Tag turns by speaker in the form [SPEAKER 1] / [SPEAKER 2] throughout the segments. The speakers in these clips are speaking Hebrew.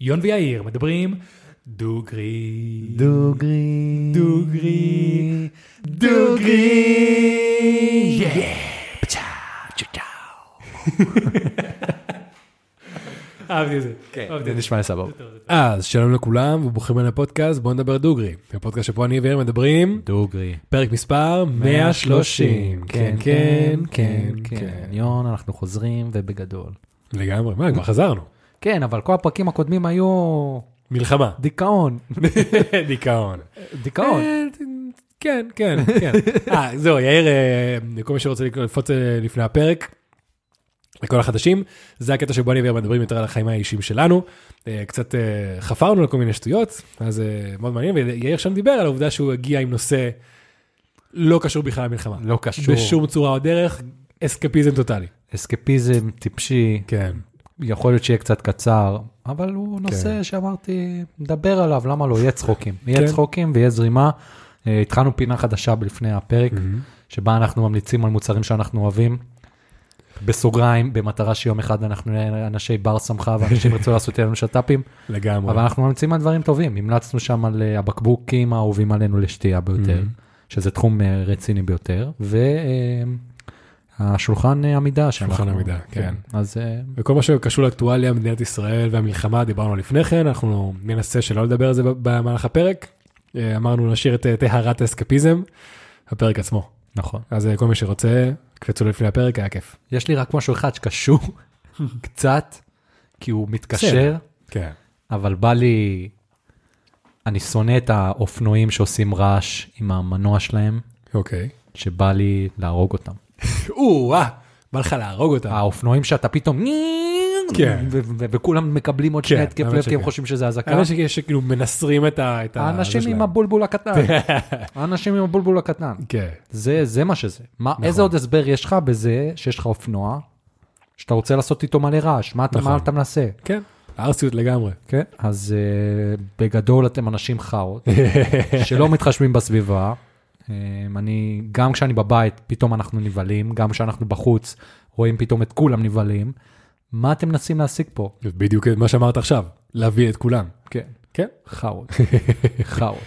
[SPEAKER 1] יון ויאיר מדברים דוגרי.
[SPEAKER 2] דוגרי.
[SPEAKER 1] דוגרי.
[SPEAKER 2] דוגרי.
[SPEAKER 1] יא! פצ'ה, צ'צ'או. אהבתי את זה.
[SPEAKER 2] כן,
[SPEAKER 1] אהבתי
[SPEAKER 2] זה
[SPEAKER 1] את זה.
[SPEAKER 2] נשמע סבבה.
[SPEAKER 3] אז שלום לכולם וברוכים אל הפודקאסט בואו נדבר דוגרי. הפודקאסט שבו אני ויאיר מדברים
[SPEAKER 2] דוגרי.
[SPEAKER 3] פרק מספר 130. כן כן כן כן.
[SPEAKER 2] יון, אנחנו חוזרים ובגדול.
[SPEAKER 3] לגמרי מה כבר חזרנו.
[SPEAKER 2] כן, אבל כל הפרקים הקודמים היו
[SPEAKER 3] מלחמה.
[SPEAKER 2] דיכאון.
[SPEAKER 3] דיכאון.
[SPEAKER 2] דיכאון.
[SPEAKER 3] כן כן כן. אה, זהו יאיר אה, לכל מי שרוצה לקפוץ אה, לפני הפרק. לכל החדשים זה הקטע שבו אני ויאיר מדברים יותר על החיים האישיים שלנו אה, קצת אה, חפרנו לכל מיני שטויות אז אה, מאוד מעניין ויאיר שם דיבר על העובדה שהוא הגיע עם נושא לא קשור בכלל למלחמה.
[SPEAKER 2] לא קשור.
[SPEAKER 3] בשום צורה או דרך, אסקפיזם טוטאלי.
[SPEAKER 2] אסקפיזם טיפשי,
[SPEAKER 3] כן.
[SPEAKER 2] יכול להיות שיהיה קצת קצר, אבל הוא נושא שאמרתי, נדבר עליו, למה לא? יהיה צחוקים.
[SPEAKER 3] כן.
[SPEAKER 2] יהיה צחוקים ויהיה זרימה. אה, התחלנו פינה חדשה לפני הפרק, שבה אנחנו ממליצים על מוצרים שאנחנו אוהבים. בסוגריים, במטרה שיום אחד אנחנו נהיה אנשי בר סמכה ואנשים ירצו לעשות לנו שת"פים,
[SPEAKER 3] לגמרי.
[SPEAKER 2] אבל אנחנו ממליצים על דברים טובים. המלצנו שם על אה, הבקבוקים האהובים עלינו לשתייה ביותר, שזה תחום אה, רציני ביותר, והשולחן אה, עמידה שאנחנו...
[SPEAKER 3] שולחן עמידה, כן.
[SPEAKER 2] אז אה,
[SPEAKER 3] וכל מה שקשור לאקטואליה, מדינת ישראל והמלחמה, דיברנו לפני כן, אנחנו ננסה שלא לדבר על זה במהלך הפרק. אה, אמרנו נשאיר את אה, טהרת האסקפיזם, הפרק עצמו.
[SPEAKER 2] נכון.
[SPEAKER 3] אז אה, כל מי שרוצה, קפצו לפני הפרק, היה כיף.
[SPEAKER 2] יש לי רק משהו אחד שקשור קצת, כי הוא מתקשר,
[SPEAKER 3] כן.
[SPEAKER 2] אבל בא לי... אני שונא את האופנועים שעושים רעש עם המנוע שלהם,
[SPEAKER 3] אוקיי.
[SPEAKER 2] שבא לי להרוג אותם.
[SPEAKER 3] או, אה, בא לך להרוג אותה.
[SPEAKER 2] האופנועים שאתה פתאום...
[SPEAKER 3] אה. כן.
[SPEAKER 2] ו- ו- ו- וכולם מקבלים עוד
[SPEAKER 3] כן,
[SPEAKER 2] שני התקף
[SPEAKER 3] האמת
[SPEAKER 2] לב כי הם
[SPEAKER 3] שכן.
[SPEAKER 2] חושבים שזה אזעקה.
[SPEAKER 3] האמת אה, שכאילו- שכאילו מנסרים את ה... את ה-
[SPEAKER 2] האנשים
[SPEAKER 3] זה
[SPEAKER 2] עם
[SPEAKER 3] שלהם.
[SPEAKER 2] הבולבול הקטן. האנשים עם הבולבול הקטן.
[SPEAKER 3] כן.
[SPEAKER 2] זה, זה מה שזה. מה,
[SPEAKER 3] נכון.
[SPEAKER 2] איזה עוד הסבר יש לך בזה שיש לך אופנוע, שאתה רוצה לעשות איתו מלא רעש? מה אתה, מה
[SPEAKER 3] נכון.
[SPEAKER 2] אתה מנסה?
[SPEAKER 3] כן. ערסיות לגמרי.
[SPEAKER 2] כן, אז uh, בגדול אתם אנשים חארות, שלא מתחשבים בסביבה. Um, אני, גם כשאני בבית, פתאום אנחנו נבהלים, גם כשאנחנו בחוץ, רואים פתאום את כולם נבהלים. מה אתם מנסים להשיג פה?
[SPEAKER 3] בדיוק מה שאמרת עכשיו, להביא את כולם.
[SPEAKER 2] כן.
[SPEAKER 3] כן.
[SPEAKER 2] חארות, חארות.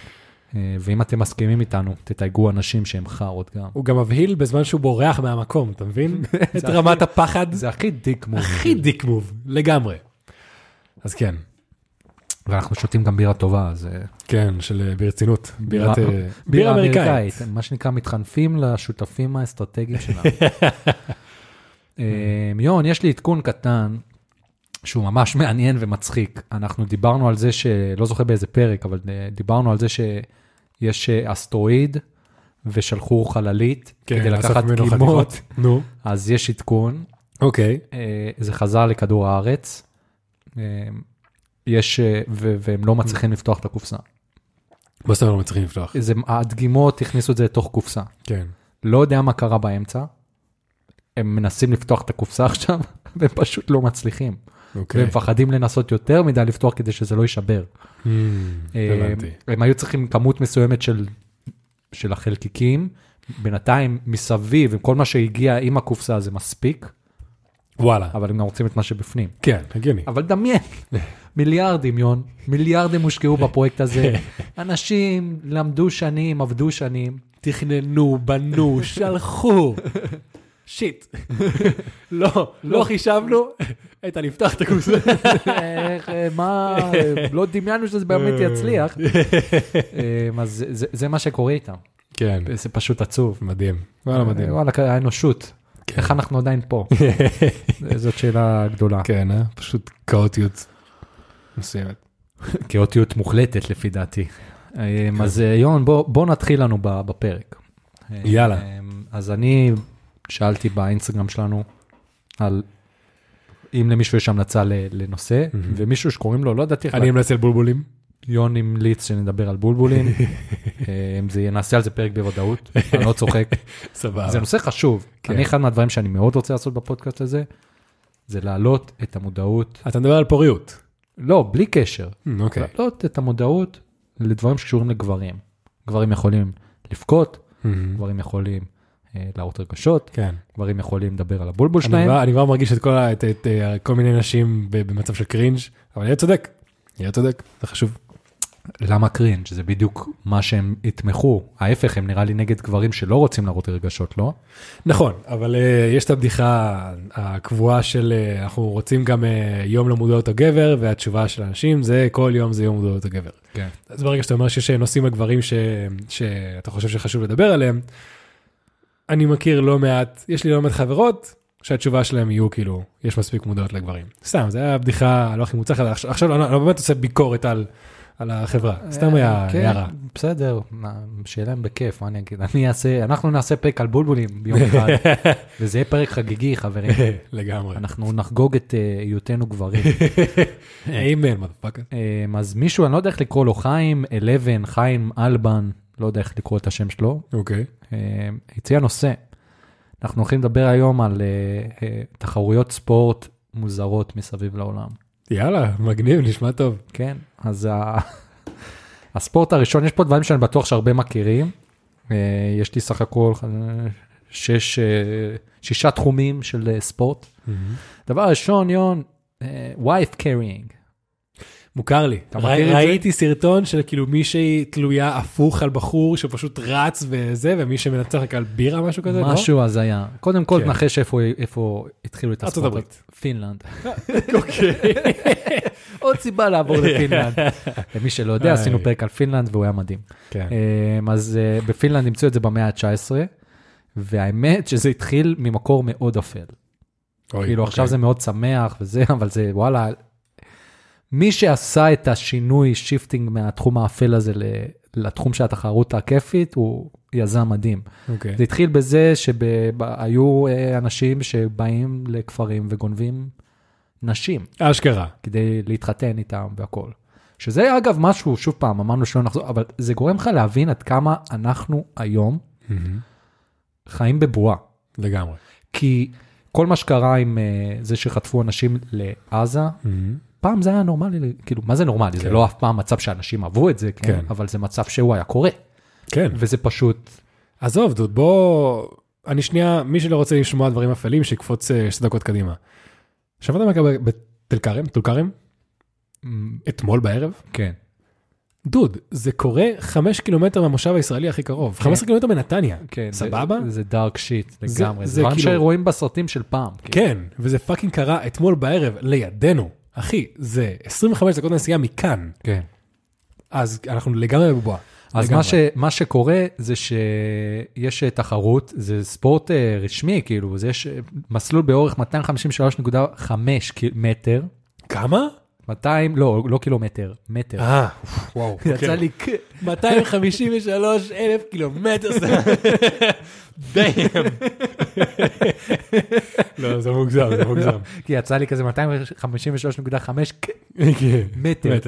[SPEAKER 2] אה, ואם אתם מסכימים איתנו, תתייגו אנשים שהם חארות גם.
[SPEAKER 3] הוא גם מבהיל בזמן שהוא בורח מהמקום, אתה מבין? את
[SPEAKER 2] הכי-
[SPEAKER 3] רמת הפחד.
[SPEAKER 2] זה הכי דיק מוב.
[SPEAKER 3] הכי דיק מוב, לגמרי. אז כן,
[SPEAKER 2] ואנחנו שותים גם בירה טובה, אז... אה,
[SPEAKER 3] כן, של אה, ברצינות. בירת... אה,
[SPEAKER 2] בירה כן,
[SPEAKER 3] בירה אמריקאית.
[SPEAKER 2] מה שנקרא, מתחנפים לשותפים האסטרטגיים שלנו. אה, יון, יש לי עדכון קטן, שהוא ממש מעניין ומצחיק. אנחנו דיברנו על זה, שלא זוכר באיזה פרק, אבל אה, דיברנו על זה שיש אה, אסטרואיד, ושלחו חללית
[SPEAKER 3] כן,
[SPEAKER 2] כדי
[SPEAKER 3] לאסוף
[SPEAKER 2] לקחת
[SPEAKER 3] ממנו
[SPEAKER 2] דגימות.
[SPEAKER 3] חתיכות. נו,
[SPEAKER 2] אז יש עדכון,
[SPEAKER 3] אוקיי.
[SPEAKER 2] אה, זה חזר לכדור הארץ, אה, יש, אה, ו- והם לא מצליחים לפתוח את הקופסה.
[SPEAKER 3] מה זאת אומרת לא מצליחים לפתוח?
[SPEAKER 2] זה, הדגימות הכניסו את זה לתוך קופסה.
[SPEAKER 3] כן.
[SPEAKER 2] לא יודע מה קרה באמצע, הם מנסים לפתוח את הקופסה עכשיו, והם פשוט לא מצליחים.
[SPEAKER 3] אוקיי.
[SPEAKER 2] והם מפחדים לנסות יותר מדי לפתוח כדי שזה לא יישבר.
[SPEAKER 3] Hmm,
[SPEAKER 2] אה,
[SPEAKER 3] הבנתי.
[SPEAKER 2] הם היו צריכים כמות מסוימת של, של החלקיקים, בינתיים מסביב, עם כל מה שהגיע עם הקופסה זה מספיק,
[SPEAKER 3] וואלה.
[SPEAKER 2] אבל הם גם רוצים את מה שבפנים.
[SPEAKER 3] כן, הגיוני.
[SPEAKER 2] אבל דמיין, מיליארדים, יון, מיליארדים הושקעו בפרויקט הזה. אנשים למדו שנים, עבדו שנים.
[SPEAKER 3] תכננו, בנו, שלחו. שיט. לא, לא חישבנו את הלפתח את הקופסה.
[SPEAKER 2] איך, אה, מה, אה, לא דמיינו שזה באמת יצליח. אה, אז זה- זה- זה מה שקורה איתם,
[SPEAKER 3] כן,
[SPEAKER 2] זה פשוט עצוב.
[SPEAKER 3] מדהים. וואלה, מדהים. כן.
[SPEAKER 2] אה, וואלה, האנושות, איך אנחנו עדיין פה? אה, זאת שאלה גדולה.
[SPEAKER 3] כן, אה? פשוט כאוטיות מסוימת.
[SPEAKER 2] כאוטיות מוחלטת לפי דעתי. אה, אז
[SPEAKER 3] כן.
[SPEAKER 2] אה, יון, בוא בוא נתחיל לנו ב- בפרק. אה,
[SPEAKER 3] יאללה.
[SPEAKER 2] אה, אז אני שאלתי באינסטגרם שלנו על אם למישהו יש המלצה ל- לנושא, ומישהו שקוראים לו, לא ידעתי איך...
[SPEAKER 3] אני אמלץ על בולבולים.
[SPEAKER 2] יון המליץ שנדבר על בולבולים, אה, אם זה יהיה- נעשה על זה פרק בוודאות, אני לא צוחק.
[SPEAKER 3] סבבה.
[SPEAKER 2] זה נושא חשוב.
[SPEAKER 3] כן.
[SPEAKER 2] אני אחד מהדברים שאני מאוד רוצה לעשות בפודקאסט הזה, זה להעלות את המודעות,
[SPEAKER 3] אתה מדבר על פוריות.
[SPEAKER 2] לא, בלי קשר,
[SPEAKER 3] אוקיי.
[SPEAKER 2] להעלות את המודעות לדברים שקשורים לגברים. גברים יכולים לבכות, גברים יכולים אה, להראות רגשות,
[SPEAKER 3] Mm-hmm. כן.
[SPEAKER 2] גברים יכולים לדבר על הבולבול
[SPEAKER 3] אני
[SPEAKER 2] שלהם.
[SPEAKER 3] כבר- אני כבר מרגיש את כל ה- את- את, אה, כל מיני נשים ב- במצב של קרינג', אבל אני צודק. יהיה צודק, זה חשוב.
[SPEAKER 2] למה קרינג'? זה בדיוק מה שהם יתמכו. ההפך, הם נראה לי נגד גברים שלא רוצים להראות רגשות, לא?
[SPEAKER 3] נכון, אבל אה, יש את הבדיחה הקבועה של אה, אנחנו רוצים גם אה, יום למודעות הגבר, והתשובה של אנשים זה כל יום זה יום למודעות הגבר.
[SPEAKER 2] כן.
[SPEAKER 3] אז ברגע שאתה אומר שיש נושאים על גברים ש... שאתה חושב שחשוב לדבר עליהם, אני מכיר לא מעט, יש לי לא מעט חברות שהתשובה שלהם יהיו כאילו, יש מספיק מודעות לגברים. סתם, זו הייתה הבדיחה לא הכי מוצלחת, עכשיו- עכשיו אני לא באמת עושה ביקורת על, על החברה, סתם היה
[SPEAKER 2] כן,
[SPEAKER 3] הערה.
[SPEAKER 2] בסדר, מה, שיהיה להם בכיף, מה אני אגיד? אני אעשה, אנחנו נעשה פרק על בולבולים ביום אחד, וזה יהיה פרק חגיגי, חברים.
[SPEAKER 3] לגמרי.
[SPEAKER 2] אנחנו נחגוג את אה, היותנו גברים.
[SPEAKER 3] איימן, מודפאקר.
[SPEAKER 2] אמ, אז מישהו, אני לא יודע איך לקרוא לו, חיים אלבן, חיים אלבן, לא יודע איך לקרוא את השם שלו,
[SPEAKER 3] אוקיי.
[SPEAKER 2] אמ, הציע נושא. אנחנו הולכים לדבר היום על אה, אה, תחרויות ספורט מוזרות מסביב לעולם.
[SPEAKER 3] יאללה, מגניב, נשמע טוב.
[SPEAKER 2] כן, אז ה... הספורט הראשון, יש פה דברים שאני בטוח שהרבה מכירים. אה, יש לי סך הכל אה, שש, אה, שישה תחומים של אה, ספורט. דבר ראשון, יון, אה, wife carrying.
[SPEAKER 3] מוכר לי.
[SPEAKER 2] אתה מכיר את זה?
[SPEAKER 3] ראיתי סרטון של כאילו מישהי תלויה הפוך על בחור שפשוט רץ וזה, ומי שמנצח רק על בירה משהו כזה, לא?
[SPEAKER 2] משהו הזיה. קודם כל,
[SPEAKER 3] כן.
[SPEAKER 2] תנחש איפה- איפה התחילו את
[SPEAKER 3] ארצות
[SPEAKER 2] הספורט.
[SPEAKER 3] הברית.
[SPEAKER 2] פינלנד.
[SPEAKER 3] אוקיי.
[SPEAKER 2] עוד סיבה לעבור לפינלנד. למי שלא יודע,
[SPEAKER 3] איי.
[SPEAKER 2] עשינו פרק על פינלנד והוא היה מדהים.
[SPEAKER 3] כן.
[SPEAKER 2] אמ, אז אה, בפינלנד אימצו את זה במאה ה-19, והאמת שזה התחיל ממקור מאוד אפל.
[SPEAKER 3] אוי,
[SPEAKER 2] כאילו עכשיו
[SPEAKER 3] אוקיי.
[SPEAKER 2] זה מאוד שמח וזה, אבל זה וואלה. מי שעשה את השינוי שיפטינג מהתחום האפל הזה ל- לתחום של התחרות הכיפית, הוא יזם מדהים.
[SPEAKER 3] אוקיי.
[SPEAKER 2] זה התחיל בזה שהיו אה, אנשים שבאים לכפרים וגונבים נשים
[SPEAKER 3] אשכרה.
[SPEAKER 2] כדי להתחתן איתם והכל. שזה אגב משהו, שוב פעם, אמרנו שלא נחזור, אבל זה גורם לך להבין עד כמה אנחנו היום חיים בבועה.
[SPEAKER 3] לגמרי.
[SPEAKER 2] כי כל מה שקרה עם אה, זה שחטפו אנשים לעזה, פעם זה היה נורמלי, כאילו, מה זה נורמלי? זה
[SPEAKER 3] כן.
[SPEAKER 2] לא אף פעם מצב שאנשים אהבו את זה, כן?
[SPEAKER 3] כן.
[SPEAKER 2] אבל זה מצב שהוא היה קורה,
[SPEAKER 3] כן.
[SPEAKER 2] וזה פשוט
[SPEAKER 3] עזוב, דוד, בוא... אני שנייה, מי שלא רוצה לשמוע דברים אפלים, שיקפוץ אה, שתי דקות קדימה. שמעת מה קרה בתל כרם? טול כרם? אתמול בערב?
[SPEAKER 2] כן.
[SPEAKER 3] דוד, זה קורה חמש קילומטר מהמושב הישראלי הכי קרוב. 15 קילומטר מנתניה.
[SPEAKER 2] כן, זה-
[SPEAKER 3] סבבה?
[SPEAKER 2] זה דארק שיט
[SPEAKER 3] זה-
[SPEAKER 2] לגמרי,
[SPEAKER 3] זה
[SPEAKER 2] זה דברים
[SPEAKER 3] כאילו-
[SPEAKER 2] שרואים בסרטים של פעם. כאילו.
[SPEAKER 3] כן, וזה פאקינג קרה אתמול בערב, לידינו. אחי, זה 25 דקות נסיעה מכאן,
[SPEAKER 2] כן.
[SPEAKER 3] אז אנחנו לגמרי בבועה.
[SPEAKER 2] אז
[SPEAKER 3] לגמרי.
[SPEAKER 2] מה, ש, מה שקורה זה שיש אה, תחרות, זה ספורט אה, רשמי, כאילו, אז יש אה, מסלול באורך 253.5 קיל- מטר,
[SPEAKER 3] כמה?
[SPEAKER 2] 200, לא, לא קילומטר, מטר.
[SPEAKER 3] אה, אוקיי. וואו.
[SPEAKER 2] יצא לי, ק-
[SPEAKER 3] 253 אלף קילומטר. דיים. לא, זה מוגזם, זה מוגזם.
[SPEAKER 2] כי יצא לי כזה 253.5 ק-
[SPEAKER 3] כן.
[SPEAKER 2] מטר,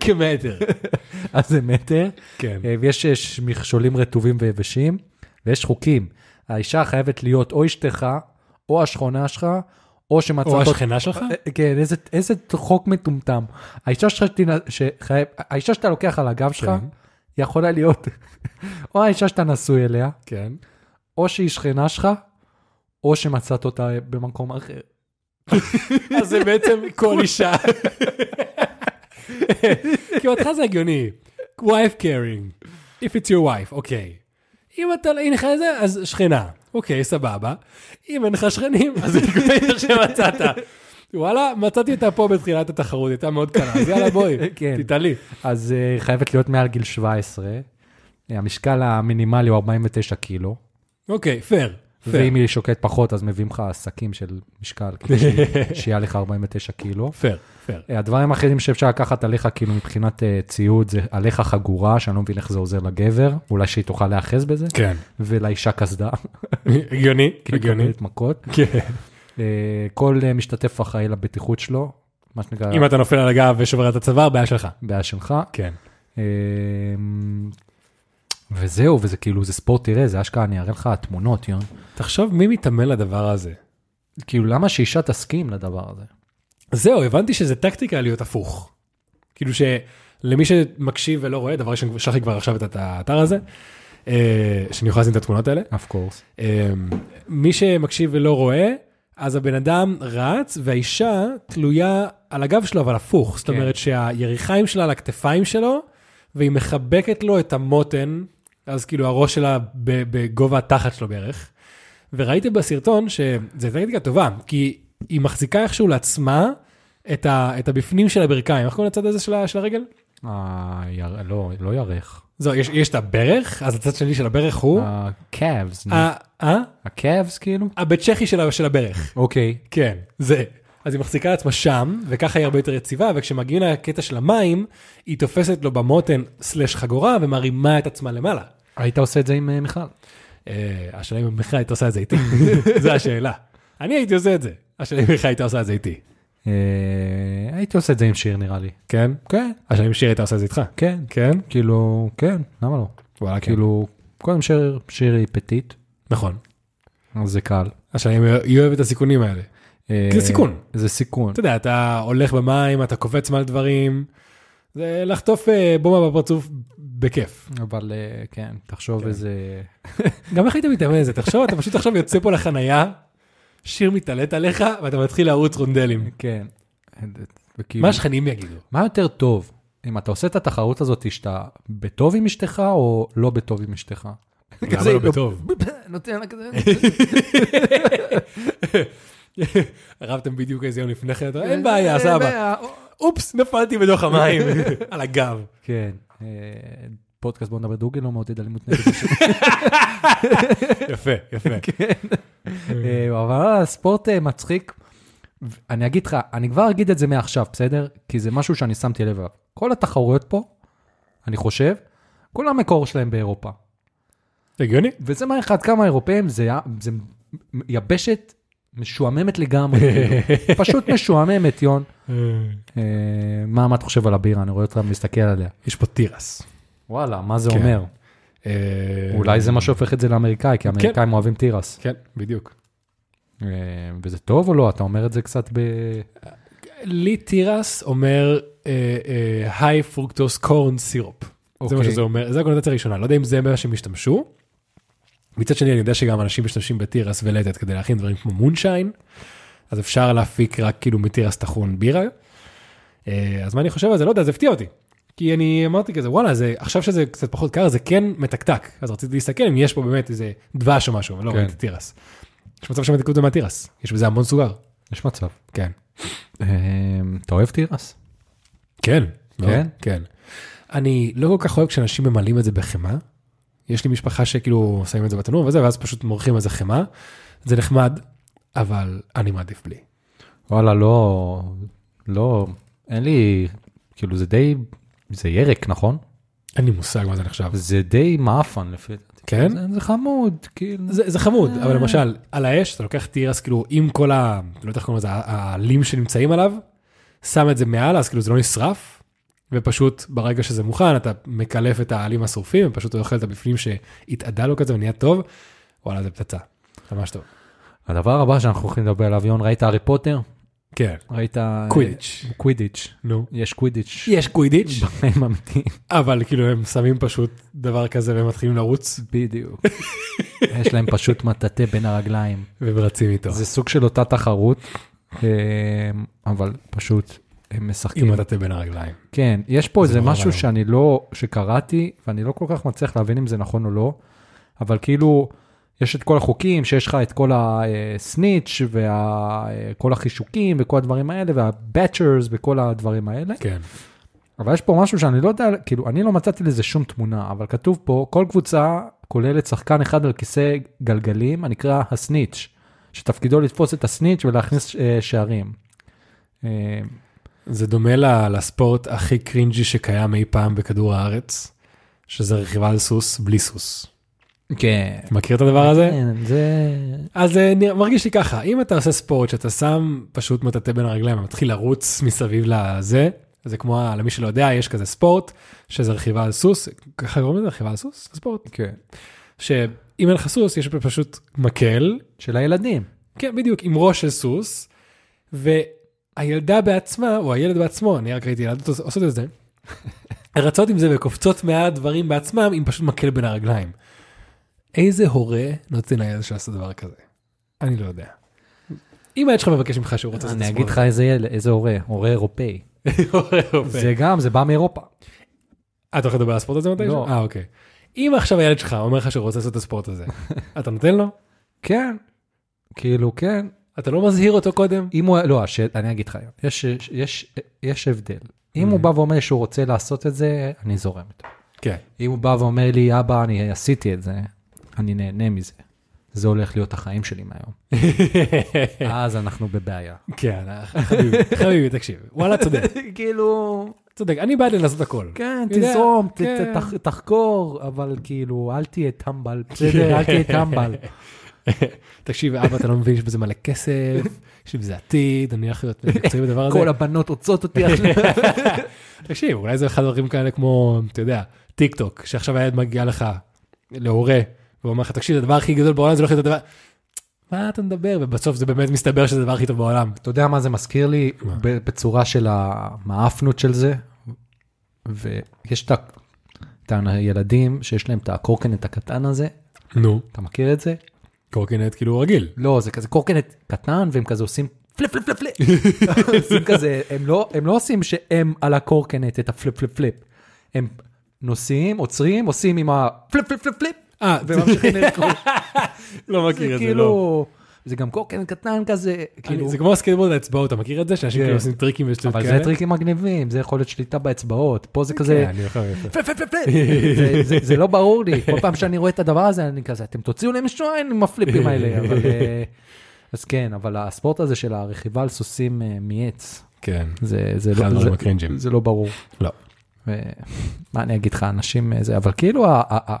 [SPEAKER 3] כמטר.
[SPEAKER 2] אז זה מטר,
[SPEAKER 3] כן.
[SPEAKER 2] אה, ויש אה, ש- מכשולים רטובים ויבשים, ויש חוקים. האישה חייבת להיות או אשתך, או השכונה שלך, או שמצאת
[SPEAKER 3] או
[SPEAKER 2] אותה
[SPEAKER 3] השכנה שלך?
[SPEAKER 2] כן, איזה, איזה חוק מטומטם. האישה, שלך שתנ- שחייב, האישה שאתה לוקח על הגב שלך,
[SPEAKER 3] כן.
[SPEAKER 2] יכולה להיות או האישה שאתה נשוי אליה,
[SPEAKER 3] כן.
[SPEAKER 2] או שהיא שכנה שלך, או שמצאת אותה במקום אחר.
[SPEAKER 3] אז זה בעצם כל אישה. כי אותך זה הגיוני. wife caring, if it's your wife, אוקיי. אם אתה, אין לך את זה, אז שכנה. אוקיי, סבבה. אם אין לך שכנים, אז זה כבר שמצאת. וואלה, מצאתי אותה פה בתחילת התחרות, הייתה מאוד קלה, אז יאללה בואי,
[SPEAKER 2] כן.
[SPEAKER 3] תתעלי.
[SPEAKER 2] אז אה, היא חייבת להיות מעל גיל 17, אה, המשקל המינימלי הוא 49 קילו,
[SPEAKER 3] אוקיי, פייר. פייר.
[SPEAKER 2] ואם היא שוקלת פחות, אז מביאים לך שקים של משקל, כדי ש- שיהיה לך 49 קילו.
[SPEAKER 3] פייר, פייר.
[SPEAKER 2] אה, הדברים האחרים שאפשר לקחת עליך, כאילו מבחינת אה, ציוד, זה עליך חגורה, שאני לא מבין איך זה עוזר לגבר, אולי שהיא תוכל להיאחז בזה,
[SPEAKER 3] כן.
[SPEAKER 2] ולאישה קסדה,
[SPEAKER 3] הגיוני,
[SPEAKER 2] כי היא
[SPEAKER 3] הגיוני.
[SPEAKER 2] מקבלת מכות.
[SPEAKER 3] כן.
[SPEAKER 2] אה, כל אה, משתתף אחראי לבטיחות שלו, מה שנקרא,
[SPEAKER 3] אם אתה נופל על הגב ושובר את הצוואר, בעיה שלך.
[SPEAKER 2] בעיה שלך.
[SPEAKER 3] כן.
[SPEAKER 2] אה, וזהו, וזה כאילו, זה ספורט, תראה, זה אשכרה, אני אראה לך תמונות, יון.
[SPEAKER 3] תחשוב מי מתאמן לדבר הזה.
[SPEAKER 2] כאילו, למה שאישה תסכים לדבר הזה?
[SPEAKER 3] זהו, הבנתי שזה טקטיקה להיות הפוך. כאילו שלמי שמקשיב ולא רואה, דבר ראשון, שלחתי כבר עכשיו את האתר הזה, אה, שאני יכול לשים את התמונות האלה.
[SPEAKER 2] אף קורס.
[SPEAKER 3] אה, מי שמקשיב ולא רואה, אז הבן אדם רץ, והאישה תלויה על הגב שלו, אבל הפוך. זאת
[SPEAKER 2] כן.
[SPEAKER 3] אומרת שהיריחיים שלה על הכתפיים שלו, והיא מחבקת לו את המותן, אז כאילו הראש שלה ב- בגובה התחת שלו בערך. וראיתי בסרטון שזו הייתה טקטיקה טובה, כי היא מחזיקה איכשהו לעצמה את, ה, את הבפנים של הברכיים. איך קוראים לצד הזה של, ה- של הרגל?
[SPEAKER 2] אה, יר- לא, לא ירך.
[SPEAKER 3] זו, יש, יש את הברך, אז הצד שני של הברך הוא...
[SPEAKER 2] הקאבס,
[SPEAKER 3] ה- ה-
[SPEAKER 2] הקאבס כאילו?
[SPEAKER 3] הבצ'כי של ה- של הברך.
[SPEAKER 2] אוקיי.
[SPEAKER 3] כן, זה. אז היא מחזיקה על עצמה שם, וככה היא הרבה יותר יציבה, וכשמגיעים לקטע של המים, היא תופסת לו במותן סלש חגורה ומרימה את עצמה למעלה.
[SPEAKER 2] היית עושה את זה עם אה, מיכל?
[SPEAKER 3] אה, השאלה אם מיכל הייתה עושה את זה איתי, זו השאלה. אני הייתי עושה את זה, השאלה אם מיכל הייתה עושה את זה איתי.
[SPEAKER 2] אה, הייתי עושה את זה עם שיר נראה לי.
[SPEAKER 3] כן?
[SPEAKER 2] כן.
[SPEAKER 3] השאלה אם שיר הייתה עושה את זה איתך.
[SPEAKER 2] כן.
[SPEAKER 3] כן?
[SPEAKER 2] כאילו, כן, למה לא?
[SPEAKER 3] וואלה, כאילו.
[SPEAKER 2] כאילו, קודם שיר, שיר היא פטית,
[SPEAKER 3] נכון.
[SPEAKER 2] אז זה קל.
[SPEAKER 3] השאלה אם היא אוהבת את הסיכונים האלה.
[SPEAKER 2] אה,
[SPEAKER 3] כי זה סיכון.
[SPEAKER 2] זה סיכון.
[SPEAKER 3] אתה יודע, אתה הולך במים, אתה קופץ מעל דברים, זה לחטוף אה, בומה בפרצוף בכיף.
[SPEAKER 2] אבל אה, כן, תחשוב איזה...
[SPEAKER 3] גם איך היית מתאמן לזה? תחשוב, אתה פשוט עכשיו יוצא פה לחנייה, שיר מתעלת עליך, ואתה מתחיל לרוץ רונדלים.
[SPEAKER 2] כן. וכאילו-
[SPEAKER 3] מה השכנים יגידו?
[SPEAKER 2] מה יותר טוב, אם אתה עושה את התחרות הזאת שאתה בטוב עם אשתך או לא בטוב עם אשתך?
[SPEAKER 3] למה לא בטוב?
[SPEAKER 2] נותן לה כזה...
[SPEAKER 3] רבתם בדיוק איזה יום לפני כן, אתה אומר, אין בעיה, סבבה. אופס, נפלתי בתוך המים, על הגב.
[SPEAKER 2] כן. אה, פודקאסט בוא נדבר דוגל לא מעודד אלימות נגד נשים.
[SPEAKER 3] יפה, יפה.
[SPEAKER 2] אה, אבל הספורט אה, מצחיק. אני אגיד לך, אני כבר אגיד את זה מעכשיו, בסדר? כי זה משהו שאני שמתי לב אליו. כל התחרויות פה, אני חושב, כל המקור שלהם באירופה.
[SPEAKER 3] הגיוני?
[SPEAKER 2] וזה מראה לך עד כמה אירופאים זה, יא- זה מ- יבשת משועממת לגמרי, כאילו. פשוט משועממת, יון. אה, מה, מה אתה חושב על הבירה? אני רואה אותך מסתכל עליה.
[SPEAKER 3] יש פה תירס.
[SPEAKER 2] וואלה, מה זה
[SPEAKER 3] כן.
[SPEAKER 2] אומר?
[SPEAKER 3] אה,
[SPEAKER 2] אולי זה מה שהופך את זה לאמריקאי, כי האמריקאים אוהבים תירס.
[SPEAKER 3] כן, בדיוק.
[SPEAKER 2] אה, וזה טוב או לא? אתה אומר את זה קצת ב...
[SPEAKER 3] לי תירס אומר אה, היי פרוקטוס קורן סירופ. זה מה
[SPEAKER 2] אוקיי.
[SPEAKER 3] שזה אומר, זה הקונוטציה הראשונה, לא יודע אם זה מה שהם השתמשו. מצד שני, אני יודע שגם אנשים משתמשים בתירס ולטת כדי להכין דברים כמו מונשיין, אז אפשר להפיק רק כאילו מתירס טחון בירה. אה, אז מה אני חושב על זה? לא יודע, זה הפתיע אותי. כי אני אמרתי כזה, וואלה, זה, עכשיו שזה קצת פחות קר, זה כן מתקתק. אז רציתי להסתכל אם יש פה באמת איזה דבש או משהו, אבל לא
[SPEAKER 2] כן.
[SPEAKER 3] ראיתי תירס. יש מצב שמתקתקו את זה מהתירס, יש בזה המון סוגר.
[SPEAKER 2] יש מצב.
[SPEAKER 3] כן.
[SPEAKER 2] אה, אתה אוהב תירס?
[SPEAKER 3] כן.
[SPEAKER 2] כן?
[SPEAKER 3] מאוד, כן. אני לא כל כך אוהב כשאנשים ממלאים את זה בחמאה. יש לי משפחה שכאילו שמים את זה בתנור וזה, ואז פשוט מורחים על זה חמאה. זה נחמד, אבל אני מעדיף בלי.
[SPEAKER 2] וואלה, לא... לא... אין לי... כאילו, זה די... זה ירק, נכון?
[SPEAKER 3] אין לי מושג מה זה נחשב.
[SPEAKER 2] זה די מעפן לפי דעתי.
[SPEAKER 3] כן?
[SPEAKER 2] זה- זה חמוד, כאילו.
[SPEAKER 3] זה, זה חמוד, אבל למשל, על האש, אתה לוקח תירס כאילו עם כל ה... לא יודע איך קוראים לזה, ה- העלים שנמצאים עליו, שם את זה מעל, אז כאילו זה לא נשרף, ופשוט ברגע שזה מוכן, אתה מקלף את העלים השרופים, ופשוט אוכל את הבפנים שהתאדה לו כזה ונהיה טוב, וואלה, זה פצצה. ממש טוב.
[SPEAKER 2] הדבר הבא שאנחנו הולכים לדבר עליו, יון, ראית הארי פוטר?
[SPEAKER 3] כן.
[SPEAKER 2] ראית...
[SPEAKER 3] קווידיץ'.
[SPEAKER 2] אה, קווידיץ'.
[SPEAKER 3] נו.
[SPEAKER 2] יש קווידיץ'.
[SPEAKER 3] יש קווידיץ',
[SPEAKER 2] בחיים אמיתיים.
[SPEAKER 3] אבל כאילו הם שמים פשוט דבר כזה והם מתחילים לרוץ
[SPEAKER 2] בדיוק. יש להם פשוט מטאטא בין הרגליים.
[SPEAKER 3] והם רצים איתו.
[SPEAKER 2] זה סוג של אותה תחרות, אה, אבל פשוט הם משחקים.
[SPEAKER 3] אם אתה תה בין הרגליים.
[SPEAKER 2] כן, יש פה איזה
[SPEAKER 3] נורא
[SPEAKER 2] משהו
[SPEAKER 3] ואיום.
[SPEAKER 2] שאני לא, שקראתי, ואני לא כל כך מצליח להבין אם זה נכון או לא, אבל כאילו, יש את כל החוקים, שיש לך את כל הסניץ' וכל החישוקים וכל הדברים האלה, והבאצ'רס וכל הדברים האלה,
[SPEAKER 3] כן.
[SPEAKER 2] אבל יש פה משהו שאני לא יודע, כאילו, אני לא מצאתי לזה שום תמונה, אבל כתוב פה, כל קבוצה כוללת שחקן אחד על כיסא גלגלים, הנקרא הסניץ', שתפקידו לתפוס את הסניץ' ולהכניס אה, שערים. אה,
[SPEAKER 3] זה דומה ל- לספורט הכי קרינג'י שקיים אי פעם בכדור הארץ, שזה רכיבה על סוס בלי סוס.
[SPEAKER 2] כן.
[SPEAKER 3] מכיר את הדבר הזה?
[SPEAKER 2] כן, זה...
[SPEAKER 3] אז אה, נראה- מרגיש לי ככה, אם אתה עושה ספורט שאתה שם פשוט מטאטא בין הרגליים ומתחיל לרוץ מסביב לזה, זה כמו, ה- למי שלא יודע, יש כזה ספורט, שזה רכיבה על סוס, ככה קוראים לזה רכיבה על סוס? זה ספורט.
[SPEAKER 2] כן.
[SPEAKER 3] שאם אין לך סוס, יש פשוט מקל,
[SPEAKER 2] של הילדים.
[SPEAKER 3] כן, בדיוק, עם ראש של סוס, והילדה בעצמה, או הילד בעצמו, אני רק ראיתי ילדות עוש- עושות את זה, רצות עם זה וקופצות מעל הדברים בעצמם עם פשוט מקל בין הרגליים. איזה הורה נותן לילד שלו לעשות דבר כזה? אני לא יודע. אם הילד שלך מבקש ממך שהוא רוצה לעשות
[SPEAKER 2] אני אגיד לך איזה ילד- איזה הורה, הורה אירופאי. זה גם, זה בא מאירופה.
[SPEAKER 3] אתה הולך לדבר על הספורט הזה מתי?
[SPEAKER 2] לא.
[SPEAKER 3] אה, אוקיי. אם עכשיו הילד שלך אומר לך שהוא רוצה לעשות את הספורט הזה, אתה נותן לו?
[SPEAKER 2] כן, כאילו כן.
[SPEAKER 3] אתה לא מזהיר אותו קודם?
[SPEAKER 2] אם הוא, לא, הש... אני אגיד לך, יש, יש, יש הבדל. אם
[SPEAKER 3] Mm.
[SPEAKER 2] הוא בא ואומר שהוא רוצה לעשות את זה, אני זורם איתו.
[SPEAKER 3] כן.
[SPEAKER 2] אם הוא בא ואומר לי, אבא, אני עשיתי את זה, אני נהנה מזה. זה הולך להיות החיים שלי מהיום. אז אנחנו בבעיה.
[SPEAKER 3] כן, חביבי, חביבי, תקשיב. וואלה, צודק,
[SPEAKER 2] כאילו,
[SPEAKER 3] צודק. אני בעד לנסות הכל.
[SPEAKER 2] כן,
[SPEAKER 3] יודע,
[SPEAKER 2] תזרום, ת-
[SPEAKER 3] כן.
[SPEAKER 2] ת- תח- תחקור, אבל כאילו, אל תהיה טמבל, בסדר, אל תהיה טמבל.
[SPEAKER 3] תקשיב, אבא, אתה לא מבין שבזה מלא כסף, שבזה עתיד, אני הולך להיות מקצועי בדבר הזה.
[SPEAKER 2] כל הבנות רוצות אותי עכשיו.
[SPEAKER 3] תקשיב, אולי זה אחד הדברים כאלה כמו, אתה יודע, טיק טוק, שעכשיו הילד מגיע לך, להורה, ואומר לך, תקשיב, הדבר הכי גדול בעולם זה לא הכי טוב הדבר... מה אתה מדבר? ובסוף זה באמת מסתבר שזה הדבר הכי טוב בעולם.
[SPEAKER 2] אתה יודע מה זה מזכיר לי?
[SPEAKER 3] מה?
[SPEAKER 2] ב- בצורה של המאפנות של זה. ויש את ה- את הילדים שיש להם את הקורקנט הקטן הזה,
[SPEAKER 3] נו.
[SPEAKER 2] אתה מכיר את זה?
[SPEAKER 3] קורקינט כאילו רגיל.
[SPEAKER 2] לא, זה כזה קורקנט קטן, והם כזה עושים פליפ פליפ פליפ פליפ. עושים כזה, הם לא, הם לא עושים שהם על הקורקנט את הפליפ פליפ פליפ. הם נוסעים, עוצרים, עושים עם הפליפ פליפ פליפ פליפ,
[SPEAKER 3] אה,
[SPEAKER 2] וממשיכים לרכוש.
[SPEAKER 3] לא
[SPEAKER 2] זה כאילו, זה גם קורקנט קטן כזה, כאילו,
[SPEAKER 3] זה כמו הסקייטבורד האצבעות, אתה מכיר את זה? שאנשים
[SPEAKER 2] כן.
[SPEAKER 3] כאילו עושים טריקים ושטויות
[SPEAKER 2] אבל
[SPEAKER 3] כאלה?
[SPEAKER 2] זה טריקים מגניבים, זה יכול להיות שליטה באצבעות, פה זה כזה,
[SPEAKER 3] כן, אני יכול, אני יכול.
[SPEAKER 2] פליפ פליפ פליפ פליפ. זה- זה- זה לא ברור לי, כל פעם שאני רואה את הדבר הזה, אני כזה, אתם תוציאו להם שוען עם הפליפים האלה, אבל... אה, אז כן, אבל הספורט הזה של הרכיבה על סוסים אה, מעץ,
[SPEAKER 3] כן.
[SPEAKER 2] זה, זה,
[SPEAKER 3] אחד
[SPEAKER 2] לא,
[SPEAKER 3] הדברים
[SPEAKER 2] זה,
[SPEAKER 3] הקרינג'ים.
[SPEAKER 2] זה לא ברור.
[SPEAKER 3] לא.
[SPEAKER 2] ו... מה אני אגיד לך, אנשים אה, זה, אבל כאילו, ה, ה, ה...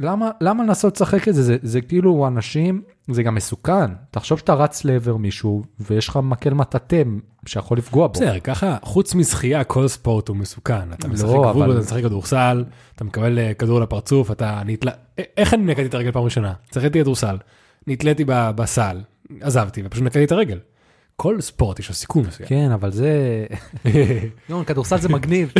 [SPEAKER 2] למה, למה לנסות לשחק את זה? זה? זה כאילו אנשים, זה גם מסוכן. תחשוב שאתה רץ לעבר מישהו ויש לך מקל מטאטא שיכול לפגוע בו.
[SPEAKER 3] בסדר, ככה, חוץ מזכייה, כל ספורט הוא מסוכן. אתה
[SPEAKER 2] לא,
[SPEAKER 3] משחק
[SPEAKER 2] אבל-
[SPEAKER 3] כבוד, אתה משחק כדורסל, אתה מקבל אה, כדור לפרצוף, אתה נתלה... א- איך אני נקעתי את הרגל פעם ראשונה? צחקתי כדורסל, נתליתי ב- בסל, עזבתי, ופשוט נקעתי את הרגל. כל ספורט יש לו סיכון מסוים.
[SPEAKER 2] כן, אבל זה...
[SPEAKER 3] כן.
[SPEAKER 2] יון, כדורסל זה מגניב.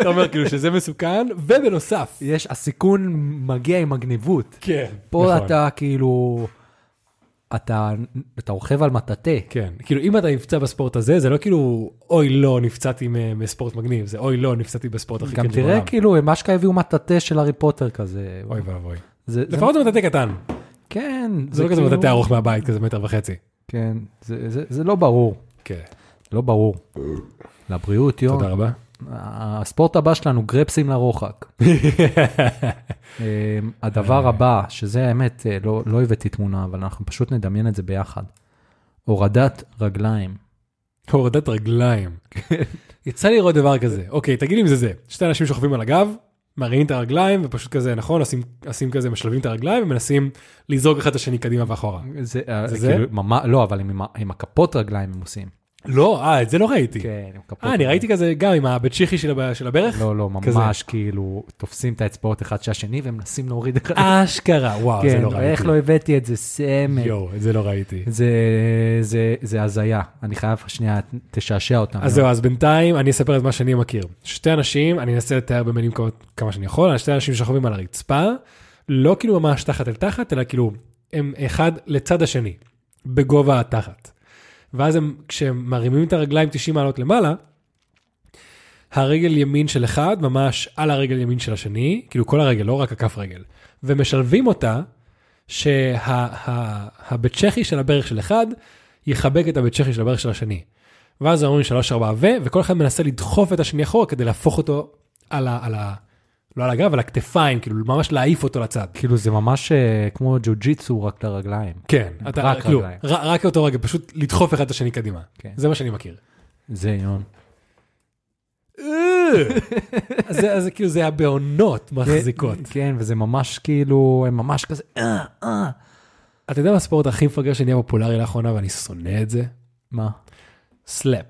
[SPEAKER 3] אתה אומר כאילו שזה מסוכן, ובנוסף.
[SPEAKER 2] יש, הסיכון מגיע עם מגניבות.
[SPEAKER 3] כן.
[SPEAKER 2] פה
[SPEAKER 3] נכון.
[SPEAKER 2] אתה כאילו... אתה, אתה רוכב על מטאטא.
[SPEAKER 3] כן, כאילו אם אתה נפצע בספורט הזה, זה לא כאילו אוי לא נפצעתי מ- מספורט מגניב, זה אוי לא נפצעתי בספורט הכי
[SPEAKER 2] גם
[SPEAKER 3] כיף בעולם.
[SPEAKER 2] תראה כאילו הם אשכרה הביאו מטאטא של הארי פוטר כזה.
[SPEAKER 3] אוי ואבוי.
[SPEAKER 2] זה, זה,
[SPEAKER 3] לפחות זה מטאטא קטן,
[SPEAKER 2] כן,
[SPEAKER 3] זה לא כזה
[SPEAKER 2] כאילו-
[SPEAKER 3] מטאטא ארוך מהבית, כזה מטר וחצי.
[SPEAKER 2] כן, זה, זה, זה לא ברור,
[SPEAKER 3] כן,
[SPEAKER 2] לא ברור. לבריאות, יום.
[SPEAKER 3] תודה רבה.
[SPEAKER 2] הספורט הבא שלנו, גרפסים לרוחק. אמ, הדבר הבא, שזה האמת, אה, לא, לא הבאתי תמונה, אבל אנחנו פשוט נדמיין את זה ביחד. הורדת רגליים.
[SPEAKER 3] הורדת רגליים. יצא לי לראות דבר כזה, אוקיי, תגיד לי אם זה זה. שתי אנשים שוכבים על הגב, מראים את הרגליים, ופשוט כזה, נכון, עושים- עושים כזה, משלבים את הרגליים ומנסים לזרוק אחד את השני קדימה ואחורה.
[SPEAKER 2] זה, אה,
[SPEAKER 3] זה
[SPEAKER 2] כאילו, ממש, לא, אבל הם עם, ה- עם הכפות רגליים הם עושים.
[SPEAKER 3] לא, אה, את זה לא ראיתי.
[SPEAKER 2] כן, עם כפות.
[SPEAKER 3] אה, אני ראיתי כזה גם עם הבית שיחי של הב- של הברך.
[SPEAKER 2] לא, לא, ממש
[SPEAKER 3] כזה.
[SPEAKER 2] כאילו, תופסים את האצבעות אחד של השני ומנסים להוריד אחד.
[SPEAKER 3] אשכרה, וואו, זה
[SPEAKER 2] אה, לא. כן,
[SPEAKER 3] לא ראיתי.
[SPEAKER 2] איך לא הבאתי את זה, סמל.
[SPEAKER 3] יואו, את זה לא ראיתי.
[SPEAKER 2] זה, זה, זה הזיה, אני חייב שנייה, תשעשע אותם. לא?
[SPEAKER 3] אז זהו, אז בינתיים אני אספר את מה שאני מכיר. שתי אנשים, אני אנסה לתאר במילים כמה, כמה שאני יכול, שתי אנשים שוכבים על הרצפה, לא כאילו ממש תחת אל תחת, אלא כאילו, הם אחד לצד השני, בגובה התחת. ואז הם, כשהם מרימים את הרגליים 90 מעלות למעלה, הרגל ימין של אחד ממש על הרגל ימין של השני, כאילו כל הרגל, לא רק הכף רגל, ומשלבים אותה, שהבית צ'כי של הברך של אחד יחבק את הבית צ'כי של הברך של השני. ואז אומרים שלוש ארבע ו, וכל אחד מנסה לדחוף את השני אחורה כדי להפוך אותו על ה... על ה לא על הגב, על הכתפיים, כאילו ממש להעיף אותו לצד.
[SPEAKER 2] כאילו זה ממש אה, כמו ג'ו-ג'יצו רק לרגליים.
[SPEAKER 3] כן, אתה,
[SPEAKER 2] רק
[SPEAKER 3] כאילו,
[SPEAKER 2] רגליים.
[SPEAKER 3] ר, רק אותו רגע, פשוט לדחוף אחד את השני קדימה.
[SPEAKER 2] כן.
[SPEAKER 3] זה מה שאני מכיר.
[SPEAKER 2] זה יון.
[SPEAKER 3] אה! אז זה, אז זה כאילו, זה הבעונות מחזיקות.
[SPEAKER 2] כן, וזה ממש כאילו, הם ממש כזה, אה, אה.
[SPEAKER 3] אתה יודע מה הספורט הכי מפגר שנהיה פופולרי לאחרונה ואני שונא את זה?
[SPEAKER 2] מה?
[SPEAKER 3] סלאפ.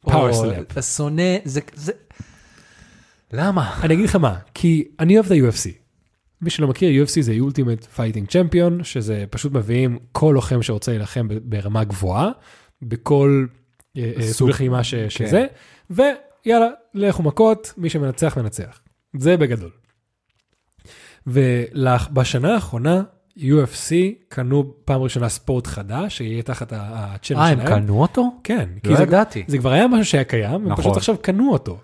[SPEAKER 3] פאוור
[SPEAKER 2] או,
[SPEAKER 3] סלאפ.
[SPEAKER 2] אתה שונא, זה, זה... למה?
[SPEAKER 3] אני אגיד לך מה, כי אני אוהב את ה-UFC. מי שלא מכיר, UFC זה Ultimate Fighting Champion, שזה פשוט מביאים כל לוחם שרוצה להילחם ב- ברמה גבוהה, בכל אה, אה, סוג
[SPEAKER 2] סוג. כן.
[SPEAKER 3] לחימה ש- שזה, ויאללה, לכו מכות, מי שמנצח מנצח. זה בגדול. ובשנה האחרונה UFC קנו פעם ראשונה ספורט חדש, שיהיה תחת ה- הצ'אנל
[SPEAKER 2] אה,
[SPEAKER 3] שלהם.
[SPEAKER 2] הם קנו אותו?
[SPEAKER 3] כן. כי
[SPEAKER 2] לא
[SPEAKER 3] זה-
[SPEAKER 2] ידעתי.
[SPEAKER 3] זה כבר היה משהו שהיה קיים, הם
[SPEAKER 2] נכון.
[SPEAKER 3] פשוט עכשיו קנו אותו.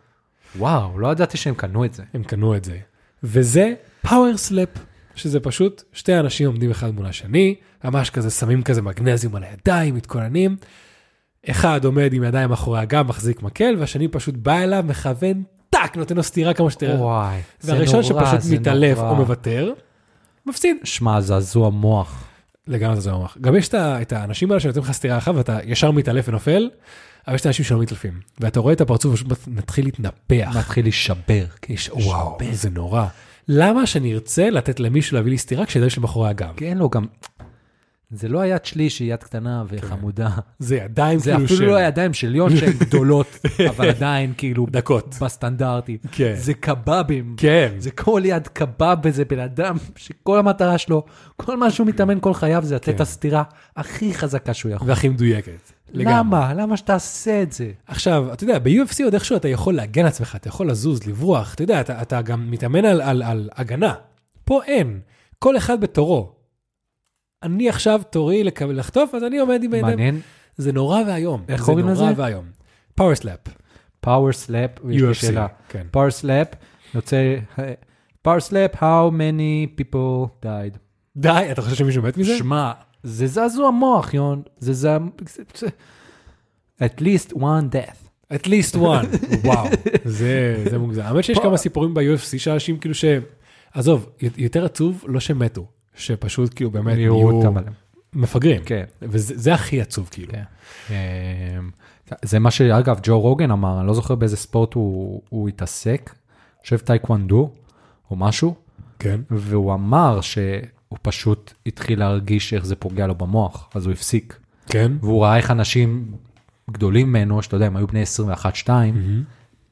[SPEAKER 2] וואו, לא ידעתי שהם קנו את זה.
[SPEAKER 3] הם קנו את זה. וזה פאוור סלאפ, שזה פשוט שתי אנשים עומדים אחד מול השני, ממש כזה שמים כזה מגנזיום על הידיים, מתכוננים. אחד עומד עם ידיים מאחורי הגב, מחזיק מקל, והשני פשוט בא אליו, מכוון, טאק, נותן לו סטירה כמו שתראה.
[SPEAKER 2] וואי, זה נורא, זה
[SPEAKER 3] והראשון
[SPEAKER 2] נורא.
[SPEAKER 3] שפשוט מתעלף או מוותר, מפסיד.
[SPEAKER 2] שמע, זעזוע מוח.
[SPEAKER 3] לגמרי זה ממש. גם יש את ה- את האנשים האלה שנותנים לך סטירה אחת ואתה ישר מתעלף ונופל, אבל יש את האנשים שלא מתעלפים. ואתה רואה את הפרצוף פשוט מת- מתחיל להתנפח.
[SPEAKER 2] מתחיל להישבר.
[SPEAKER 3] יש, וואו, זה נורא. למה שאני ארצה לתת למישהו להביא לי סטירה כשידיים של מאחורי הגב?
[SPEAKER 2] כן, לא, גם... זה לא היד שלי שהיא יד קטנה
[SPEAKER 3] כן.
[SPEAKER 2] וחמודה.
[SPEAKER 3] זה ידיים
[SPEAKER 2] זה
[SPEAKER 3] כאילו של...
[SPEAKER 2] אפילו לא הידיים של יון שהן גדולות, אבל עדיין כאילו
[SPEAKER 3] דקות.
[SPEAKER 2] בסטנדרטים.
[SPEAKER 3] כן.
[SPEAKER 2] זה קבבים.
[SPEAKER 3] כן.
[SPEAKER 2] זה כל יד קבב וזה בן אדם שכל המטרה שלו, כל מה שהוא מתאמן כל חייו זה לתת
[SPEAKER 3] כן.
[SPEAKER 2] את הסטירה הכי חזקה שהוא יכול.
[SPEAKER 3] והכי מדויקת. לגמרי.
[SPEAKER 2] למה? למה שתעשה את זה?
[SPEAKER 3] עכשיו, אתה יודע, ב-UFC עוד איכשהו אתה יכול להגן על עצמך, אתה יכול לזוז, לברוח, אתה יודע, אתה, אתה גם מתאמן על, על, על הגנה. פה אין, כל אחד בתורו. אני עכשיו תורי לקבל, לחטוף, אז אני עומד עם הידיים.
[SPEAKER 2] מעניין.
[SPEAKER 3] זה נורא ואיום.
[SPEAKER 2] איך קוראים
[SPEAKER 3] זה
[SPEAKER 2] לזה?
[SPEAKER 3] נורא ואיום. פאוור סלאפ.
[SPEAKER 2] פאוור סלאפ, יש לי
[SPEAKER 3] UFC,
[SPEAKER 2] שאלה.
[SPEAKER 3] כן.
[SPEAKER 2] פאוור סלאפ, יוצא... פאוור סלאפ, how many people died?
[SPEAKER 3] די, אתה חושב שמישהו מת מזה?
[SPEAKER 2] שמע, זה זעזוע מוח, יון. זה זעזוע... at least one death.
[SPEAKER 3] at least one, וואו, זה, זה מוגזם. האמת שיש כמה סיפורים ב-UFC שאנשים כאילו ש... עזוב, י- יותר עצוב לא שמתו, שפשוט כאילו באמת
[SPEAKER 2] נראו
[SPEAKER 3] נהיו
[SPEAKER 2] אותם עליהם.
[SPEAKER 3] מפגרים.
[SPEAKER 2] כן.
[SPEAKER 3] וזה זה הכי עצוב כאילו.
[SPEAKER 2] כן. אמ, זה מה שאגב ג'ו רוגן אמר, אני לא זוכר באיזה ספורט הוא, הוא התעסק, אני חושב טייקוונדו או משהו,
[SPEAKER 3] כן.
[SPEAKER 2] והוא אמר שהוא פשוט התחיל להרגיש איך זה פוגע לו במוח, אז הוא הפסיק.
[SPEAKER 3] כן.
[SPEAKER 2] והוא ראה איך אנשים גדולים ממנו, שאתה יודע, הם היו בני 21-2,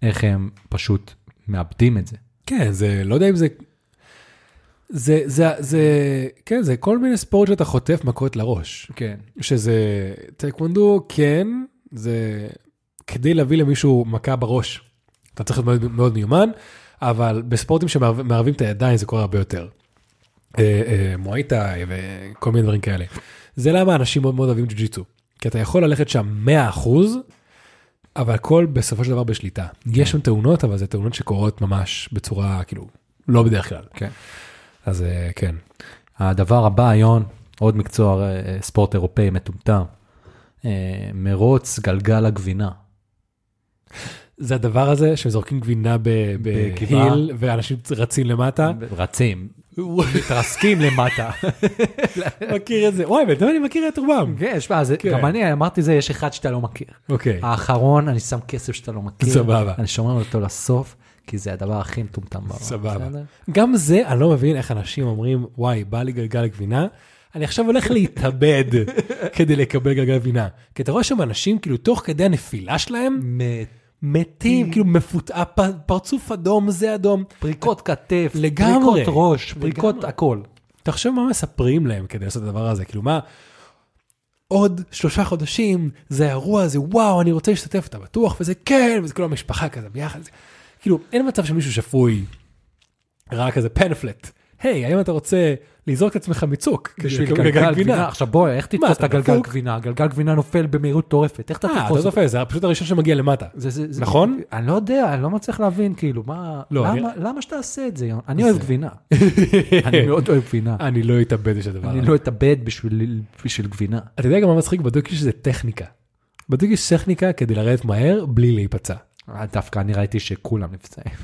[SPEAKER 2] איך הם פשוט מאבדים את זה.
[SPEAKER 3] כן, זה, לא יודע אם זה... זה, זה, זה, כן, זה כל מיני ספורט שאתה חוטף מכות לראש.
[SPEAKER 2] כן.
[SPEAKER 3] שזה טייקוונדו, כן, זה כדי להביא למישהו מכה בראש. אתה צריך להיות מאוד, מאוד מיומן, אבל בספורטים שמערבים את הידיים זה קורה הרבה יותר. אה, אה, מואייטאי וכל מיני דברים כאלה. זה למה אנשים מאוד מאוד אוהבים ג'ו-ג'יצו. כי אתה יכול ללכת שם 100%, אבל הכל בסופו של דבר בשליטה. יש שם תאונות, אבל זה תאונות שקורות ממש בצורה, כאילו, לא בדרך כלל.
[SPEAKER 2] כן.
[SPEAKER 3] אז אה, כן.
[SPEAKER 2] הדבר הבא, יון, עוד מקצוע אה, ספורט אירופאי מטומטם, אה, מרוץ גלגל הגבינה.
[SPEAKER 3] זה הדבר הזה שזורקים גבינה ב-
[SPEAKER 2] בגבעה.
[SPEAKER 3] בהיל ואנשים רצים למטה.
[SPEAKER 2] רצים, מתרסקים למטה.
[SPEAKER 3] מכיר את זה. וואי, בן אדם אני מכיר את רובם.
[SPEAKER 2] כן, שמע, זה-
[SPEAKER 3] כן.
[SPEAKER 2] גם אני אמרתי זה, יש אחד שאתה לא מכיר.
[SPEAKER 3] אוקיי.
[SPEAKER 2] האחרון, אני שם כסף שאתה לא מכיר.
[SPEAKER 3] סבבה.
[SPEAKER 2] אני שומר אותו לסוף, כי זה הדבר הכי מטומטם בעולם.
[SPEAKER 3] סבבה.
[SPEAKER 2] בסדר?
[SPEAKER 3] גם זה, אני לא מבין איך אנשים אומרים, וואי, בא לי גלגל גבינה, אני עכשיו הולך להתאבד כדי לקבל גלגל גבינה. כי אתה רואה שם אנשים, כאילו, תוך כדי הנפילה שלהם, מתים, כאילו, מפותעה, פ- פרצוף אדום, זה אדום.
[SPEAKER 2] פריקות כתף,
[SPEAKER 3] לגמרי.
[SPEAKER 2] פריקות ראש,
[SPEAKER 3] לגמרי.
[SPEAKER 2] פריקות הכל.
[SPEAKER 3] תחשוב מה מספרים להם כדי לעשות את הדבר הזה, כאילו מה, עוד שלושה חודשים, זה האירוע הזה, וואו, אני רוצה להשתתף, אתה בטוח, וזה כן, וזה כל המשפחה כזה ביחד. זה- כאילו, אין מצב שמישהו שפוי ראה כזה פנפלט. היי, האם אתה רוצה לזרוק את עצמך מצוק
[SPEAKER 2] בשביל גלגל גבינה. עכשיו בוא, איך תתפוס את
[SPEAKER 3] אתה
[SPEAKER 2] הגלגל
[SPEAKER 3] דפוק?
[SPEAKER 2] גבינה? הגלגל גבינה נופל במהירות טורפת, איך אתה
[SPEAKER 3] אה, אתה
[SPEAKER 2] תתפוס אותו?
[SPEAKER 3] זופה, זה פשוט הראשון שמגיע למטה.
[SPEAKER 2] זה- זה- זה-
[SPEAKER 3] נכון?
[SPEAKER 2] אני לא יודע, אני לא מצליח להבין, כאילו, מה...
[SPEAKER 3] לא,
[SPEAKER 2] למה-
[SPEAKER 3] אני-
[SPEAKER 2] למה שתעשה את זה, יון? אני אוהב גבינה. אני מאוד אוהב גבינה.
[SPEAKER 3] אני לא אתאבד בשביל הדבר
[SPEAKER 2] אני
[SPEAKER 3] הזה.
[SPEAKER 2] לא אתאבד בשביל בשביל גבינה.
[SPEAKER 3] אתה יודע גם מה מצחיק? בדוק יש איזה טכניקה. בדוק יש טכניקה כדי לרדת מהר בלי להיפצע.
[SPEAKER 2] אה, דווקא אני ראיתי שכולם נפצעים.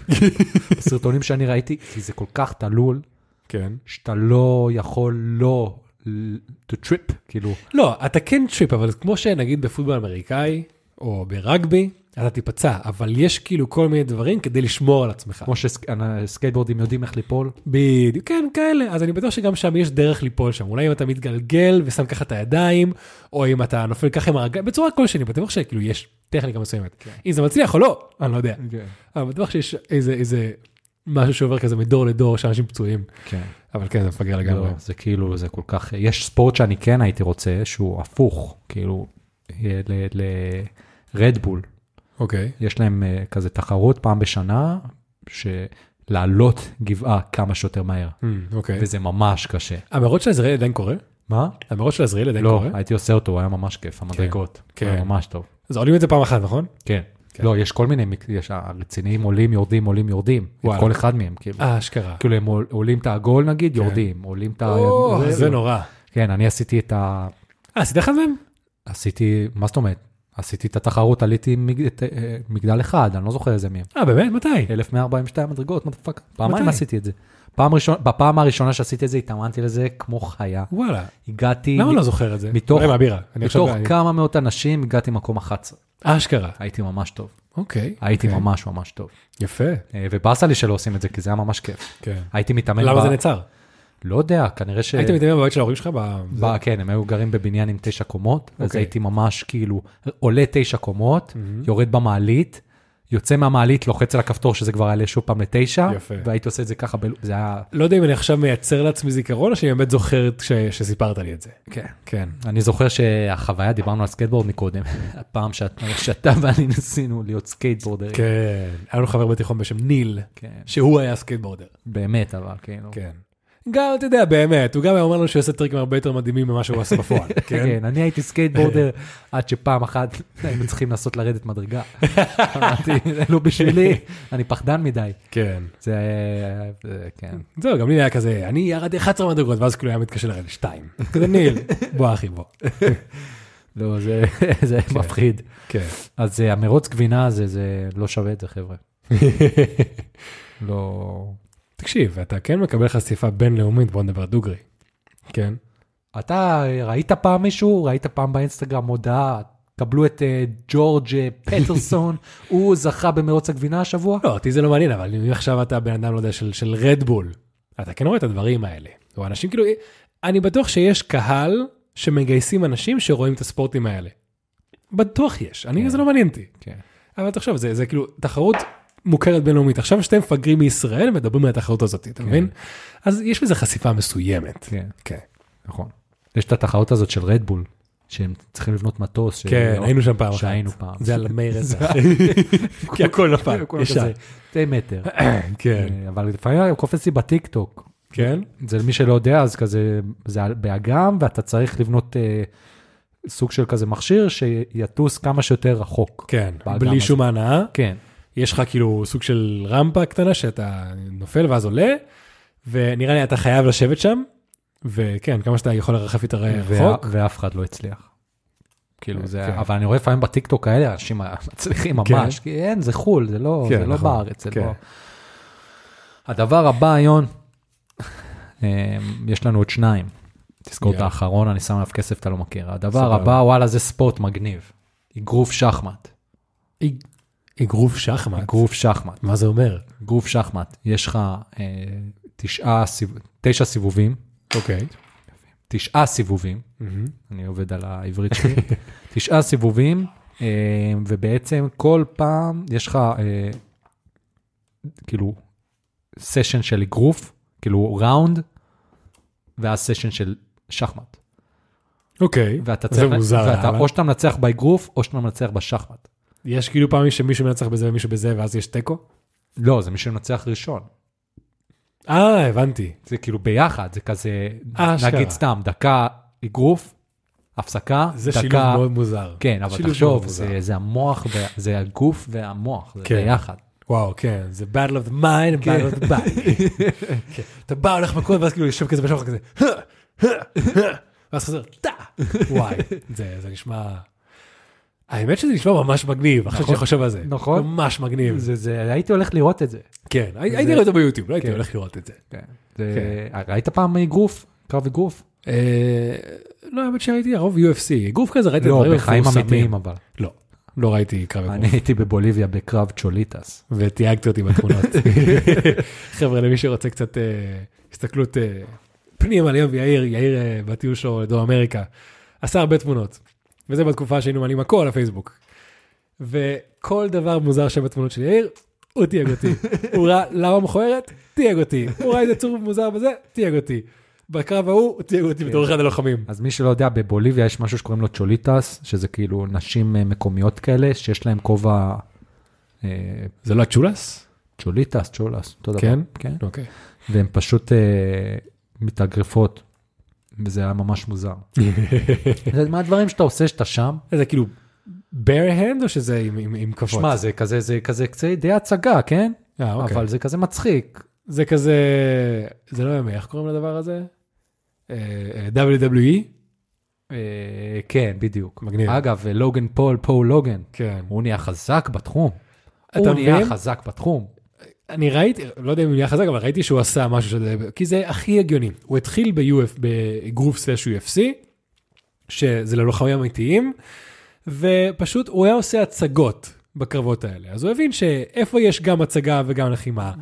[SPEAKER 2] בסרטונים שאני ראיתי, כי זה כל כך תלול,
[SPEAKER 3] כן.
[SPEAKER 2] שאתה לא יכול לא ל- to trip, כאילו,
[SPEAKER 3] לא, אתה כן טריפ, אבל כמו שנגיד בפוטבול אמריקאי, או ברגבי, אתה תיפצע, אבל יש כאילו כל מיני דברים כדי לשמור על עצמך.
[SPEAKER 2] כמו שסקייטבורדים יודעים איך ליפול.
[SPEAKER 3] בדיוק, כן, כאלה. אז אני בטוח שגם שם יש דרך ליפול שם. אולי אם אתה מתגלגל ושם ככה את הידיים, או אם אתה נופל ככה עם הרגליים, בצורה כלשהי, אני בטוח שכאילו יש טכניקה מסוימת.
[SPEAKER 2] כן.
[SPEAKER 3] אם זה מצליח או לא, אני לא יודע. אבל בטוח שיש איזה, איזה משהו שעובר כזה מדור לדור, שאנשים פצועים.
[SPEAKER 2] כן.
[SPEAKER 3] אבל כן, זה מפגר לגמרי.
[SPEAKER 2] לא, זה כאילו, זה כל כך, יש ספורט שאני כן הייתי רוצה, שהוא הפוך, כאילו, לרדבול.
[SPEAKER 3] אוקיי.
[SPEAKER 2] יש להם אה, כזה תחרות פעם בשנה, ש... לעלות גבעה כמה שיותר מהר,
[SPEAKER 3] אוקיי.
[SPEAKER 2] וזה ממש קשה.
[SPEAKER 3] המרוץ של עזריאל עדיין קורה?
[SPEAKER 2] מה?
[SPEAKER 3] המרוץ של עזריאל עדיין
[SPEAKER 2] לא,
[SPEAKER 3] קורה?
[SPEAKER 2] הייתי עושה אותו, הוא היה ממש כיף, המדרגות.
[SPEAKER 3] כן.
[SPEAKER 2] הוא היה ממש טוב.
[SPEAKER 3] אז עולים את זה פעם אחת, נכון?
[SPEAKER 2] כן. לא, יש כל מיני, מק- יש הרציניים עולים, יורדים, עולים, יורדים. את
[SPEAKER 3] וואלה.
[SPEAKER 2] כל אחד מהם, כאילו.
[SPEAKER 3] אה, אשכרה.
[SPEAKER 2] כאילו הם עול- עולים את העגול נגיד, יורדים, עולים את ה...
[SPEAKER 3] כן. או, זה לא- נורא.
[SPEAKER 2] כן, אני עשיתי את ה...
[SPEAKER 3] אה, עשית אחד מהם?
[SPEAKER 2] עשיתי, מה זאת אומרת? עשיתי את התחרות, עליתי מג- את, אה, מגדל אחד, אני לא זוכר איזה מהם.
[SPEAKER 3] אה, באמת? מתי?
[SPEAKER 2] 1142 מדרגות, מה the fuck? פעמיים
[SPEAKER 3] מתי?
[SPEAKER 2] עשיתי את זה. פעם ראשונה, בפעם הראשונה שעשיתי את זה, התאמנתי לזה כמו חיה.
[SPEAKER 3] וואלה.
[SPEAKER 2] הגעתי...
[SPEAKER 3] למה לא זוכר את זה?
[SPEAKER 2] מתוך-
[SPEAKER 3] רבע בירה. אני עכשיו-
[SPEAKER 2] מתוך
[SPEAKER 3] אני-
[SPEAKER 2] כמה מאות אנשים הגעתי מקום 11.
[SPEAKER 3] אשכרה.
[SPEAKER 2] הייתי ממש טוב.
[SPEAKER 3] אוקיי.
[SPEAKER 2] הייתי
[SPEAKER 3] אוקיי.
[SPEAKER 2] ממש ממש טוב.
[SPEAKER 3] יפה.
[SPEAKER 2] אה, ובאסה לי שלא עושים את זה, כי זה היה ממש כיף.
[SPEAKER 3] כן.
[SPEAKER 2] הייתי מתאמן...
[SPEAKER 3] למה
[SPEAKER 2] ב-
[SPEAKER 3] זה נעצר?
[SPEAKER 2] לא יודע, כנראה ש...
[SPEAKER 3] היית מתאמן בבית של ההורים שלך? ב- זה-
[SPEAKER 2] ב- כן, הם היו גרים בבניין עם תשע קומות, אז
[SPEAKER 3] אוקיי.
[SPEAKER 2] הייתי ממש כאילו עולה תשע קומות, יורד במעלית, יוצא מהמעלית, לוחץ על הכפתור שזה כבר יעלה שוב פעם לתשע,
[SPEAKER 3] יפה.
[SPEAKER 2] והייתי עושה את זה ככה, ב- זה היה...
[SPEAKER 3] לא יודע אם אני עכשיו מייצר לעצמי זיכרון, או שאני באמת זוכר את ש- שסיפרת לי את זה.
[SPEAKER 2] כן.
[SPEAKER 3] כן.
[SPEAKER 2] אני זוכר שהחוויה, דיברנו על סקייטבורד מקודם, הפעם שאת- שאתה ואני ניסינו להיות סקייטבורדרים.
[SPEAKER 3] כן. היה לנו חבר בתיכון בשם ניל,
[SPEAKER 2] כן.
[SPEAKER 3] שהוא היה סקייטבורדר.
[SPEAKER 2] באמת, אבל כאילו.
[SPEAKER 3] כן. גם, אתה יודע, באמת, הוא גם היה אומר לנו שהוא עושה טריקים הרבה יותר מדהימים ממה שהוא עשה בפועל. כן.
[SPEAKER 2] כן, אני הייתי סקייטבורדר עד שפעם אחת היינו צריכים לנסות לרדת מדרגה. אמרתי, "זה לא בשבילי, אני פחדן מדי.
[SPEAKER 3] כן.
[SPEAKER 2] זה, זה- כן.
[SPEAKER 3] זהו, גם לי היה כזה, אני ירדתי 11 מדרגות, ואז כאילו היה מתקשר לרדת 2. כזה ניל, בוא אחי בוא.
[SPEAKER 2] לא, זה, זה מפחיד.
[SPEAKER 3] כן.
[SPEAKER 2] אז אה, המרוץ גבינה הזה, זה לא שווה את זה, חבר'ה. לא...
[SPEAKER 3] תקשיב, אתה כן מקבל חשיפה בינלאומית, בוא נדבר דוגרי. כן.
[SPEAKER 2] אתה ראית פעם מישהו? ראית פעם באינסטגרם מודעה? קבלו את אה, ג'ורג' אה, פטרסון, הוא זכה במרוץ הגבינה השבוע?
[SPEAKER 3] לא, אותי זה לא מעניין, אבל אם עכשיו אתה בן אדם, לא יודע, של, של רדבול, אתה כן רואה את הדברים האלה. או אנשים כאילו, אני בטוח שיש קהל שמגייסים אנשים שרואים את הספורטים האלה. בטוח יש, אני,
[SPEAKER 2] כן.
[SPEAKER 3] זה לא מעניין אותי.
[SPEAKER 2] כן.
[SPEAKER 3] אבל תחשוב, זה, זה כאילו תחרות מוכרת בינלאומית. עכשיו שאתם מפגרים מישראל מדברים על התחרות הזאת, אתה
[SPEAKER 2] כן.
[SPEAKER 3] מבין? אז יש בזה חשיפה מסוימת.
[SPEAKER 2] כן,
[SPEAKER 3] כן.
[SPEAKER 2] נכון. יש את התחרות הזאת של רדבול, שהם צריכים לבנות מטוס. ש- אוקיי.
[SPEAKER 3] כן, היינו שם פעם אחת.
[SPEAKER 2] שהיינו פעם.
[SPEAKER 3] זה על המי רצח. כי הכל נפל,
[SPEAKER 2] הכל
[SPEAKER 3] ישר.
[SPEAKER 2] כזה, שתי מטר.
[SPEAKER 3] כן.
[SPEAKER 2] אה, אבל לפעמים הוא קופץ לי בטיקטוק,
[SPEAKER 3] כן?
[SPEAKER 2] זה למי שלא יודע, אז כזה, זה על- באגם, ואתה צריך לבנות אה, סוג של כזה מכשיר שיטוס כמה שיותר רחוק.
[SPEAKER 3] כן.
[SPEAKER 2] באגם
[SPEAKER 3] בלי
[SPEAKER 2] הזה.
[SPEAKER 3] שום הנאה.
[SPEAKER 2] כן,
[SPEAKER 3] יש לך כאילו סוג של רמפה קטנה שאתה נופל ואז עולה, ונראה לי אתה חייב לשבת שם, וכן, כמה שאתה יכול לרחף יותר רחוק.
[SPEAKER 2] אה, וה- ואף אחד לא הצליח. כאילו זה,
[SPEAKER 3] כן.
[SPEAKER 2] אבל אני רואה לפעמים בטיקטוק כאלה, אנשים מצליחים ממש, כי אין, זה חו"ל, זה לא,
[SPEAKER 3] כן,
[SPEAKER 2] זה לא
[SPEAKER 3] נכון.
[SPEAKER 2] בארץ, זה
[SPEAKER 3] כן.
[SPEAKER 2] לא... הדבר הבא, יון, אמ, יש לנו עוד שניים. תזכור את
[SPEAKER 3] יאללה.
[SPEAKER 2] האחרון, אני שם עליו כסף, אתה לא מכיר. הדבר
[SPEAKER 3] סבבה.
[SPEAKER 2] הבא, וואלה, זה ספורט מגניב. אגרוף שחמט.
[SPEAKER 3] אגרוף שחמט.
[SPEAKER 2] אגרוף שחמט.
[SPEAKER 3] מה זה אומר?
[SPEAKER 2] גוף שחמט, יש לך אה, תשעה, סיב- תשע סיבובים,
[SPEAKER 3] אוקיי.
[SPEAKER 2] תשעה סיבובים, אני עובד על העברית שלי, תשעה סיבובים, אה, ובעצם כל פעם יש לך אה, כאילו סשן של אגרוף, כאילו ראונד, ואז סשן של שחמט.
[SPEAKER 3] אוקיי.
[SPEAKER 2] ואתה
[SPEAKER 3] זה מוזר.
[SPEAKER 2] ואתה,
[SPEAKER 3] אבל-
[SPEAKER 2] או שאתה מנצח באגרוף, או שאתה מנצח בשחמט.
[SPEAKER 3] יש כאילו פעמים שמישהו מנצח בזה ומישהו בזה, ואז יש תיקו?
[SPEAKER 2] לא, זה מי שמנצח ראשון.
[SPEAKER 3] אה, הבנתי.
[SPEAKER 2] זה כאילו ביחד, זה כזה,
[SPEAKER 3] אשכרה.
[SPEAKER 2] נגיד סתם, דקה אגרוף, הפסקה,
[SPEAKER 3] זה
[SPEAKER 2] דקה...
[SPEAKER 3] שילוב מאוד מוזר.
[SPEAKER 2] כן, אבל
[SPEAKER 3] שילוב מאוד
[SPEAKER 2] תחשוב,
[SPEAKER 3] מוזר.
[SPEAKER 2] זה, זה המוח, וה- זה הגוף והמוח, זה
[SPEAKER 3] כן.
[SPEAKER 2] ביחד.
[SPEAKER 3] וואו, כן, זה battle of the mind, battle of the body. כן. אתה בא, הולך מכות, ואז כאילו יושב כזה בשחק כזה, "הא, הא, הא", ואז חוזר, טה, וואי, זה זה נשמע... האמת שזה נשמע ממש מגניב, עכשיו שאני חושב על זה.
[SPEAKER 2] נכון.
[SPEAKER 3] ממש מגניב.
[SPEAKER 2] זה, זה, הייתי הולך לראות את זה.
[SPEAKER 3] כן, הי- הייתי רואה את זה ביוטיוב, לא הייתי
[SPEAKER 2] כן.
[SPEAKER 3] הולך לראות את זה.
[SPEAKER 2] זה ראית פעם אגרוף? קרב אגרוף?
[SPEAKER 3] אה, לא, האמת שראיתי הרוב UFC, גוף כזה, ראיתי
[SPEAKER 2] לא,
[SPEAKER 3] דברים
[SPEAKER 2] בחיים
[SPEAKER 3] מפורסמים.
[SPEAKER 2] אמיתיים אבל.
[SPEAKER 3] לא, לא ראיתי קרב
[SPEAKER 2] אני
[SPEAKER 3] אגרוף,
[SPEAKER 2] הייתי בבוליביה בקרב צ'וליטס.
[SPEAKER 3] ותייגתי אותי בתמונות. חבר'ה, למי שרוצה קצת אה, הסתכלות אה, פנימה ליום יאיר, יאיר אה, בטיול שלו לדרום אמריקה, עשה הרבה תמונות. וזה בתקופה שהיינו מעלים הכל לפייסבוק. וכל דבר מוזר שבתמונות של יאיר, הוא תייג אותי. הוא ראה למה מכוערת? תייג אותי. הוא ראה איזה צור מוזר בזה? תייג אותי. בקרב ההוא, הוא תייג אותי בתור אחד הלוחמים.
[SPEAKER 2] אז מי שלא יודע, בבוליביה יש משהו שקוראים לו צ'וליטס, שזה כאילו נשים אה, מקומיות כאלה, שיש להם כובע... אה,
[SPEAKER 3] זה לא הצ'ולס?
[SPEAKER 2] צ'וליטס, צ'ולס, אותו דבר.
[SPEAKER 3] כן?
[SPEAKER 2] כן.
[SPEAKER 3] אוקיי.
[SPEAKER 2] והן פשוט אה, מתאגרפות, וזה היה ממש מוזר. זה מהדברים שאתה עושה שאתה שם.
[SPEAKER 3] זה כאילו bare hand או שזה עם- עם עם כבוד?
[SPEAKER 2] שמע, זה כזה, זה כזה קצה די הצגה, כן?
[SPEAKER 3] אה, אוקיי.
[SPEAKER 2] אבל זה כזה מצחיק.
[SPEAKER 3] זה כזה, זה לא ימי, איך קוראים לדבר הזה? אה, אה, WWE?
[SPEAKER 2] אה, כן, בדיוק.
[SPEAKER 3] מגניב.
[SPEAKER 2] אגב, לוגן פול, פול לוגן,
[SPEAKER 3] כן.
[SPEAKER 2] הוא נהיה חזק בתחום.
[SPEAKER 3] אתה
[SPEAKER 2] הוא
[SPEAKER 3] מבין?
[SPEAKER 2] נהיה חזק בתחום.
[SPEAKER 3] אני ראיתי, לא יודע אם הוא נהיה חזק, אבל ראיתי שהוא עשה משהו שזה, E, כי זה הכי הגיוני. הוא התחיל ב-UF, בגרוף סלאש UFC, שזה ללוחמים אמיתיים, ופשוט הוא היה עושה הצגות בקרבות האלה. אז הוא הבין שאיפה יש גם הצגה וגם לחימה?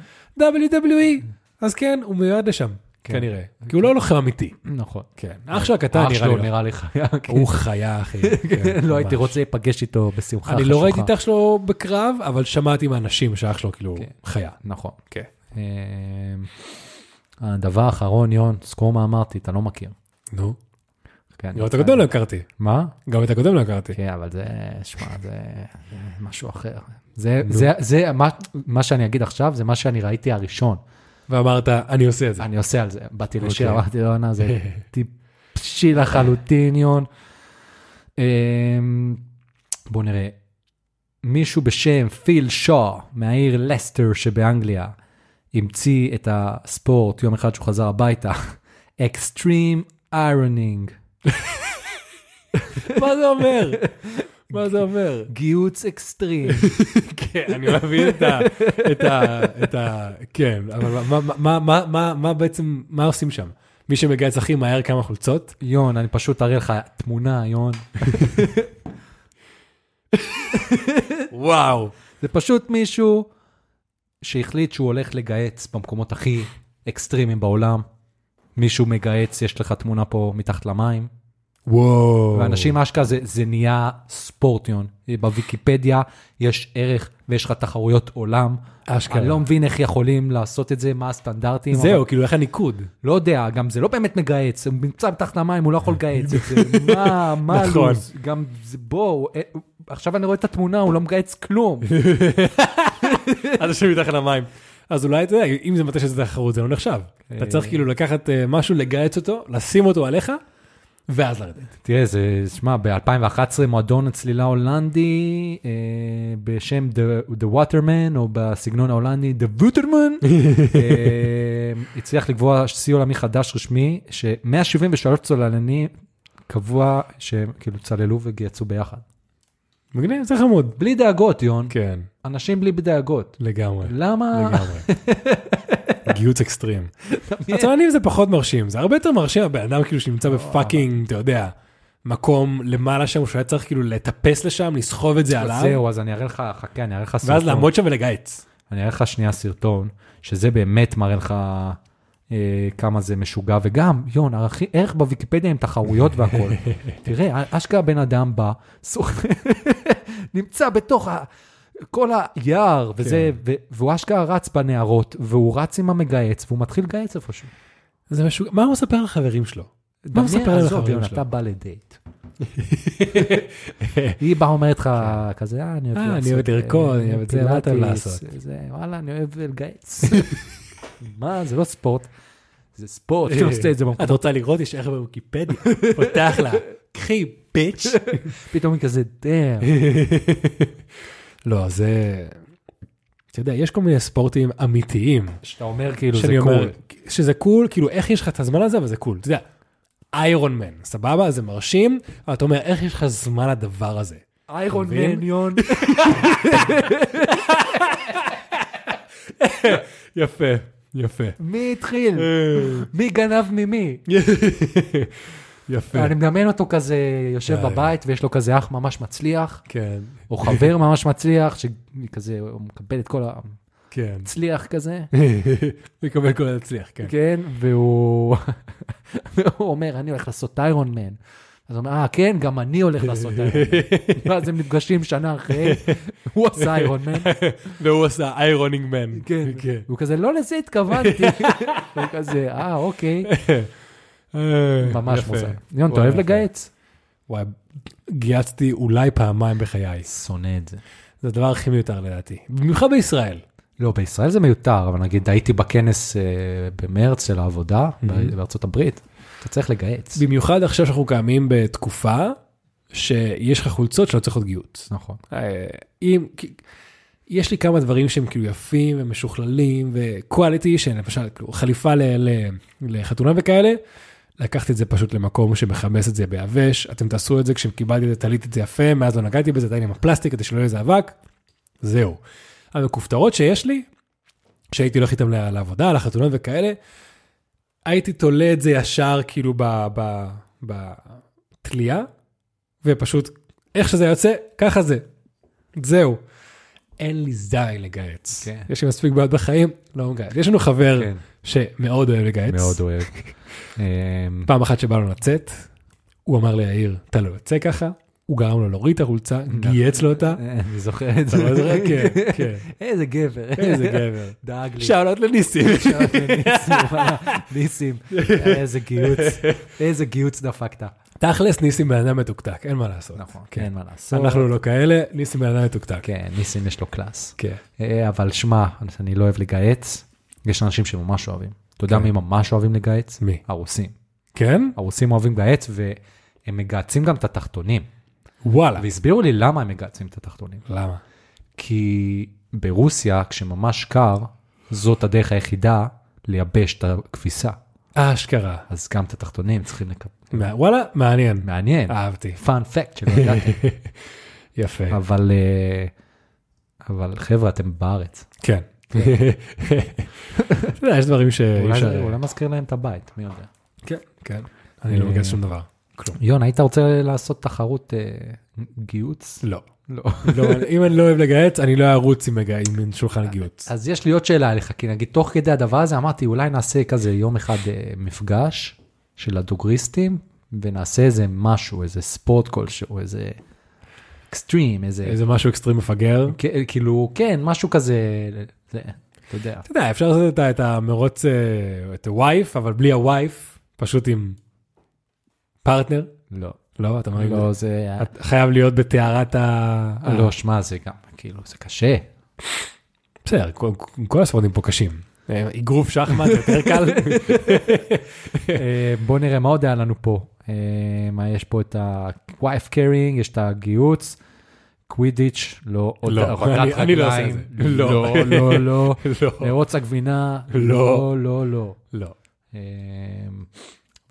[SPEAKER 3] WWE. אז כן, הוא מיועד לשם,
[SPEAKER 2] כן.
[SPEAKER 3] כנראה. כי הוא לא לוחם אמיתי.
[SPEAKER 2] נכון.
[SPEAKER 3] כן. אח שלו הקטן
[SPEAKER 2] אח
[SPEAKER 3] נראה
[SPEAKER 2] שלו
[SPEAKER 3] לי.
[SPEAKER 2] נראה לי חיה. כן.
[SPEAKER 3] הוא חיה, אחי. כן,
[SPEAKER 2] לא
[SPEAKER 3] ממש.
[SPEAKER 2] הייתי רוצה להיפגש איתו בשמחה
[SPEAKER 3] אני
[SPEAKER 2] חשוכה.
[SPEAKER 3] לא ראיתי את אח שלו בקרב, אבל שמעתי מאנשים שאח שלו כאילו
[SPEAKER 2] כן.
[SPEAKER 3] חיה.
[SPEAKER 2] נכון.
[SPEAKER 3] כן.
[SPEAKER 2] אמ, הדבר האחרון, יון, זכור מה אמרתי, אתה לא מכיר.
[SPEAKER 3] נו.
[SPEAKER 2] כן,
[SPEAKER 3] גם את הקודם לא הכרתי.
[SPEAKER 2] מה?
[SPEAKER 3] גם את הקודם לא הכרתי.
[SPEAKER 2] כן, אבל זה, שמע, זה זה משהו אחר. זה, זה, זה, מה, מה שאני אגיד עכשיו, זה מה שאני ראיתי הראשון.
[SPEAKER 3] ואמרת, אני עושה את זה.
[SPEAKER 2] אני עושה על זה. באתי לשיר,
[SPEAKER 3] אוקיי.
[SPEAKER 2] אמרתי לו, "נה, זה טיפשי לחלוטין, יון. אמ, בואו נראה. מישהו בשם פיל שו מהעיר לסטר שבאנגליה המציא את הספורט יום אחד שהוא חזר הביתה. אקסטרים איירונינג.
[SPEAKER 3] מה זה אומר? מה זה אומר?
[SPEAKER 2] גיהוץ אקסטרים.
[SPEAKER 3] כן, אני מבין את ה... את ה... את ה... כן, אבל מה- מה- מה- מה- מה- מה בעצם, מה עושים שם? מי שמגייס הכי מהר כמה חולצות?
[SPEAKER 2] יון, אני פשוט אראה לך תמונה, יון.
[SPEAKER 3] וואו.
[SPEAKER 2] זה פשוט מישהו שהחליט שהוא הולך לגהץ במקומות הכי אקסטרימיים בעולם. מישהו מגהץ, יש לך תמונה פה מתחת למים.
[SPEAKER 3] וואו.
[SPEAKER 2] ואנשים אשכרה, זה, זה נהיה ספורטיון. בוויקיפדיה יש ערך ויש לך תחרויות עולם.
[SPEAKER 3] אשכרה.
[SPEAKER 2] אני לא מבין איך יכולים לעשות את זה, מה הסטנדרטים.
[SPEAKER 3] כן. זהו,
[SPEAKER 2] אבל...
[SPEAKER 3] כאילו, איך הניקוד?
[SPEAKER 2] לא יודע, גם זה לא באמת מגהץ, הוא נמצא מתחת למים, הוא לא יכול לגהץ את זה. מה, מה
[SPEAKER 3] נכון.
[SPEAKER 2] הלו"ז? גם זה, בואו, אה, עכשיו אני רואה את התמונה, הוא לא מגהץ כלום.
[SPEAKER 3] אנשים מתחת למים. אז אולי, אתה יודע, אם זה מתי שזה תחרות, זה לא נחשב. אתה צריך כאילו לקחת אה, משהו, לגייס אותו, לשים אותו עליך, ואז לרדת.
[SPEAKER 2] תראה, זה, שמע, ב-2011 מועדון הצלילה הולנדי אה, בשם The, The Waterman, או בסגנון ההולנדי The Waterman, אה, הצליח לקבוע שיא עולמי חדש רשמי, ש-173 צוללנים קבוע שהם כאילו צללו וגייצו ביחד.
[SPEAKER 3] מגניב, זה חמוד.
[SPEAKER 2] בלי דאגות, יון.
[SPEAKER 3] כן,
[SPEAKER 2] אנשים בלי דאגות.
[SPEAKER 3] לגמרי.
[SPEAKER 2] למה?
[SPEAKER 3] לגמרי. גיוץ אקסטרים. הצוללים זה פחות מרשים, זה הרבה יותר מרשים הבן אדם כאילו שנמצא בפאקינג, אתה יודע, מקום למעלה שם, שהוא היה צריך כאילו לטפס לשם, לסחוב את זה
[SPEAKER 2] אז
[SPEAKER 3] עליו,
[SPEAKER 2] זהו, אז אני אראה לך, חכה, אני אראה לך סרטון.
[SPEAKER 3] ואז לעמוד שם ולגייץ.
[SPEAKER 2] אני אראה לך שנייה סרטון, שזה באמת מראה לך אה, כמה זה משוגע, וגם, יון, ערכי, ערך בוויקיפדיה עם תחרויות והכול. תראה, אשכרה בן אדם בא, סוח- נמצא בתוך ה... כל היער וזה, ו- והוא אשכרה רץ בנהרות, והוא רץ עם המגהץ, והוא מתחיל לגהץ איפשהו.
[SPEAKER 3] זה משהו, מה הוא מספר לחברים שלו? מה הוא
[SPEAKER 2] דמיין,
[SPEAKER 3] מספר להם
[SPEAKER 2] עזוב,
[SPEAKER 3] לחברים
[SPEAKER 2] יון,
[SPEAKER 3] שלו?
[SPEAKER 2] אתה בא לדייט. היא באה אומרת לך כזה, אה, אני אוהב
[SPEAKER 3] אה, אני
[SPEAKER 2] לעשות,
[SPEAKER 3] אוהבת לרקוד,
[SPEAKER 2] אה,
[SPEAKER 3] אני אוהבת זה, מה אתה אוהב
[SPEAKER 2] פילאטיס,
[SPEAKER 3] לעשות?
[SPEAKER 2] זה, וואלה, אני אוהב אה, לגייץ. מה, זה לא ספורט. זה ספורט, אתה עושה את זה במקום.
[SPEAKER 3] את רוצה לראות? יש ערך בוויקיפדיה, פותח לה, קחי ביץ'.
[SPEAKER 2] פתאום היא כזה, דם.
[SPEAKER 3] לא, זה... אתה יודע, יש כל מיני ספורטים אמיתיים,
[SPEAKER 2] שאתה אומר כאילו, זה
[SPEAKER 3] שאני אומר,
[SPEAKER 2] קול.
[SPEAKER 3] שזה קול, כאילו איך יש לך את הזמן הזה, אבל זה קול, אתה יודע, איירון מן, סבבה? זה מרשים, אבל אתה אומר, איך יש לך זמן לדבר הזה?
[SPEAKER 2] איירון
[SPEAKER 3] אתה מבין?
[SPEAKER 2] מן, יון.
[SPEAKER 3] יפה, יפה.
[SPEAKER 2] מי התחיל? מי גנב ממי?
[SPEAKER 3] יפה.
[SPEAKER 2] אני מדמיין אותו כזה יושב
[SPEAKER 3] די.
[SPEAKER 2] בבית ויש לו כזה אח ממש מצליח,
[SPEAKER 3] כן,
[SPEAKER 2] או חבר ממש מצליח, שכזה הוא מקבל את כל המצליח
[SPEAKER 3] כן.
[SPEAKER 2] כזה.
[SPEAKER 3] מקבל כל הצליח, כן.
[SPEAKER 2] כן, והוא והוא אומר, אני הולך לעשות טיירון מן. אז הוא אומר, אה, כן, גם אני הולך לעשות טיירון מן. ואז הם נפגשים שנה אחרי, הוא עשה איירון מן.
[SPEAKER 3] והוא עשה איירונינג מן.
[SPEAKER 2] כן. הוא כזה, לא לזה התכוונתי. הוא כזה, אה, אוקיי.
[SPEAKER 3] אה,
[SPEAKER 2] ממש
[SPEAKER 3] יפה.
[SPEAKER 2] מוזר. יון, אתה
[SPEAKER 3] וואי,
[SPEAKER 2] אוהב
[SPEAKER 3] יפה.
[SPEAKER 2] לגייץ?
[SPEAKER 3] וואי, גייסתי אולי פעמיים בחיי.
[SPEAKER 2] שונא את זה.
[SPEAKER 3] זה הדבר הכי מיותר לדעתי. במיוחד בישראל.
[SPEAKER 2] לא, בישראל זה מיותר, אבל נגיד הייתי בכנס אה, במרץ של העבודה ב- בארצות הברית, אתה צריך לגייס.
[SPEAKER 3] במיוחד עכשיו שאנחנו קיימים בתקופה שיש לך חולצות שלא צריכות גיוץ.
[SPEAKER 2] נכון.
[SPEAKER 3] אה, אם, כי- יש לי כמה דברים שהם כאילו יפים ומשוכללים וקואליטי, שלמשל כאילו, חליפה ל, ל, לחתונה וכאלה, לקחתי את זה פשוט למקום שמכמס את זה ביבש, אתם תעשו את זה כשקיבלתי את זה, תליתי את זה יפה, מאז לא נגעתי בזה, עדיין עם הפלסטיק כדי שלא יהיה איזה אבק, זהו. המכופתרות שיש לי, שהייתי הולך איתם ל- לעבודה, לחתונות וכאלה, הייתי תולה את זה ישר כאילו ב- ב- בתלייה, ופשוט איך שזה יוצא, ככה זה. זהו. אין לי זין לגייץ.
[SPEAKER 2] כן.
[SPEAKER 3] יש לי מספיק בעיות בחיים, לא מגייץ. יש לנו חבר
[SPEAKER 2] כן.
[SPEAKER 3] שמאוד אוהב לגייץ.
[SPEAKER 2] מאוד אוהב. אמ,
[SPEAKER 3] פעם אחת שבא לו לצאת, הוא אמר ליאיר, אתה לא יוצא ככה, הוא גרם לו להוריד את החולצה, גייץ לו אותה.
[SPEAKER 2] אה, אני זוכר את
[SPEAKER 3] אתה
[SPEAKER 2] זה.
[SPEAKER 3] לא זוכר? כן, כן.
[SPEAKER 2] איזה גבר.
[SPEAKER 3] איזה גבר.
[SPEAKER 2] דאג לי.
[SPEAKER 3] שאלות לניסים.
[SPEAKER 2] שעות לניסים, וואלה, אה, ניסים, איזה גיוץ, איזה גיוץ דפקת. כן.
[SPEAKER 3] תכלס, ניסים בן אדם מתוקתק, אין מה לעשות.
[SPEAKER 2] נכון, אין מה לעשות.
[SPEAKER 3] אנחנו לא כאלה, ניסים בן אדם מתוקתק.
[SPEAKER 2] כן, ניסים יש לו קלאס.
[SPEAKER 3] כן.
[SPEAKER 2] אה, אבל שמע, אני לא אוהב לגייץ, יש אנשים שממש אוהבים. אתה יודע
[SPEAKER 3] כן.
[SPEAKER 2] מי ממש אוהבים לגייץ?
[SPEAKER 3] מי?
[SPEAKER 2] הרוסים.
[SPEAKER 3] כן?
[SPEAKER 2] הרוסים אוהבים לגייץ והם מגהצים גם את התחתונים.
[SPEAKER 3] וואלה.
[SPEAKER 2] והסבירו לי למה הם מגהצים את התחתונים.
[SPEAKER 3] למה?
[SPEAKER 2] כי ברוסיה, כשממש קר, זאת הדרך היחידה לייבש את הכביסה.
[SPEAKER 3] אשכרה.
[SPEAKER 2] אז גם את התחתונים צריכים לקבל.
[SPEAKER 3] מה- וואלה, מעניין.
[SPEAKER 2] מעניין.
[SPEAKER 3] אהבתי.
[SPEAKER 2] פאנ פקט שלא ידעתי.
[SPEAKER 3] יפה.
[SPEAKER 2] אבל, אה, אבל חבר'ה, אתם בארץ.
[SPEAKER 3] כן. אתה יודע, יש דברים שאי
[SPEAKER 2] אולי,
[SPEAKER 3] אפשר...
[SPEAKER 2] אולי אה. מזכיר להם את הבית, מי יודע.
[SPEAKER 3] כן, כן. אני לא מגייס שום דבר. כלום.
[SPEAKER 2] יון, היית רוצה לעשות תחרות אה, גיוץ?
[SPEAKER 3] לא.
[SPEAKER 2] לא.
[SPEAKER 3] לא, אם אני לא אוהב לגייץ, אני לא ארוץ עם מגע- עם שולחן גיוץ.
[SPEAKER 2] אז יש לי עוד שאלה אליך, כי נגיד, תוך כדי הדבר הזה אמרתי, אולי נעשה כזה יום אחד אה, מפגש של הדוגריסטים, ונעשה איזה משהו, איזה ספורט כלשהו, איזה אקסטרים, איזה...
[SPEAKER 3] איזה משהו אקסטרים מפגר.
[SPEAKER 2] כ- כאילו, כן, משהו כזה, זה, אתה יודע.
[SPEAKER 3] אתה יודע, אפשר לעשות את ה- את המרוץ, אה, את הווייף, אבל בלי הווייף, פשוט עם פרטנר.
[SPEAKER 2] לא.
[SPEAKER 3] לא, אתה מבין?
[SPEAKER 2] לא, זה...
[SPEAKER 3] את חייב להיות בטהרת ה...
[SPEAKER 2] לא, שמע, זה גם, כאילו, זה קשה.
[SPEAKER 3] בסדר, כל- כל הספורטים פה קשים. אה, אגרוף שחמט יותר קל.
[SPEAKER 2] אה, בוא נראה מה עוד היה לנו פה. אה, מה, יש פה את ה-wife carrying, יש את הגיוץ, קווידיץ', לא, עוד
[SPEAKER 3] לא,
[SPEAKER 2] הרמת
[SPEAKER 3] אני- אני לא עושה
[SPEAKER 2] רגליים,
[SPEAKER 3] את זה. לא.
[SPEAKER 2] לא, לא, לא,
[SPEAKER 3] לא.
[SPEAKER 2] מרוץ הגבינה,
[SPEAKER 3] לא.
[SPEAKER 2] לא, לא, לא.
[SPEAKER 3] לא.
[SPEAKER 2] אה,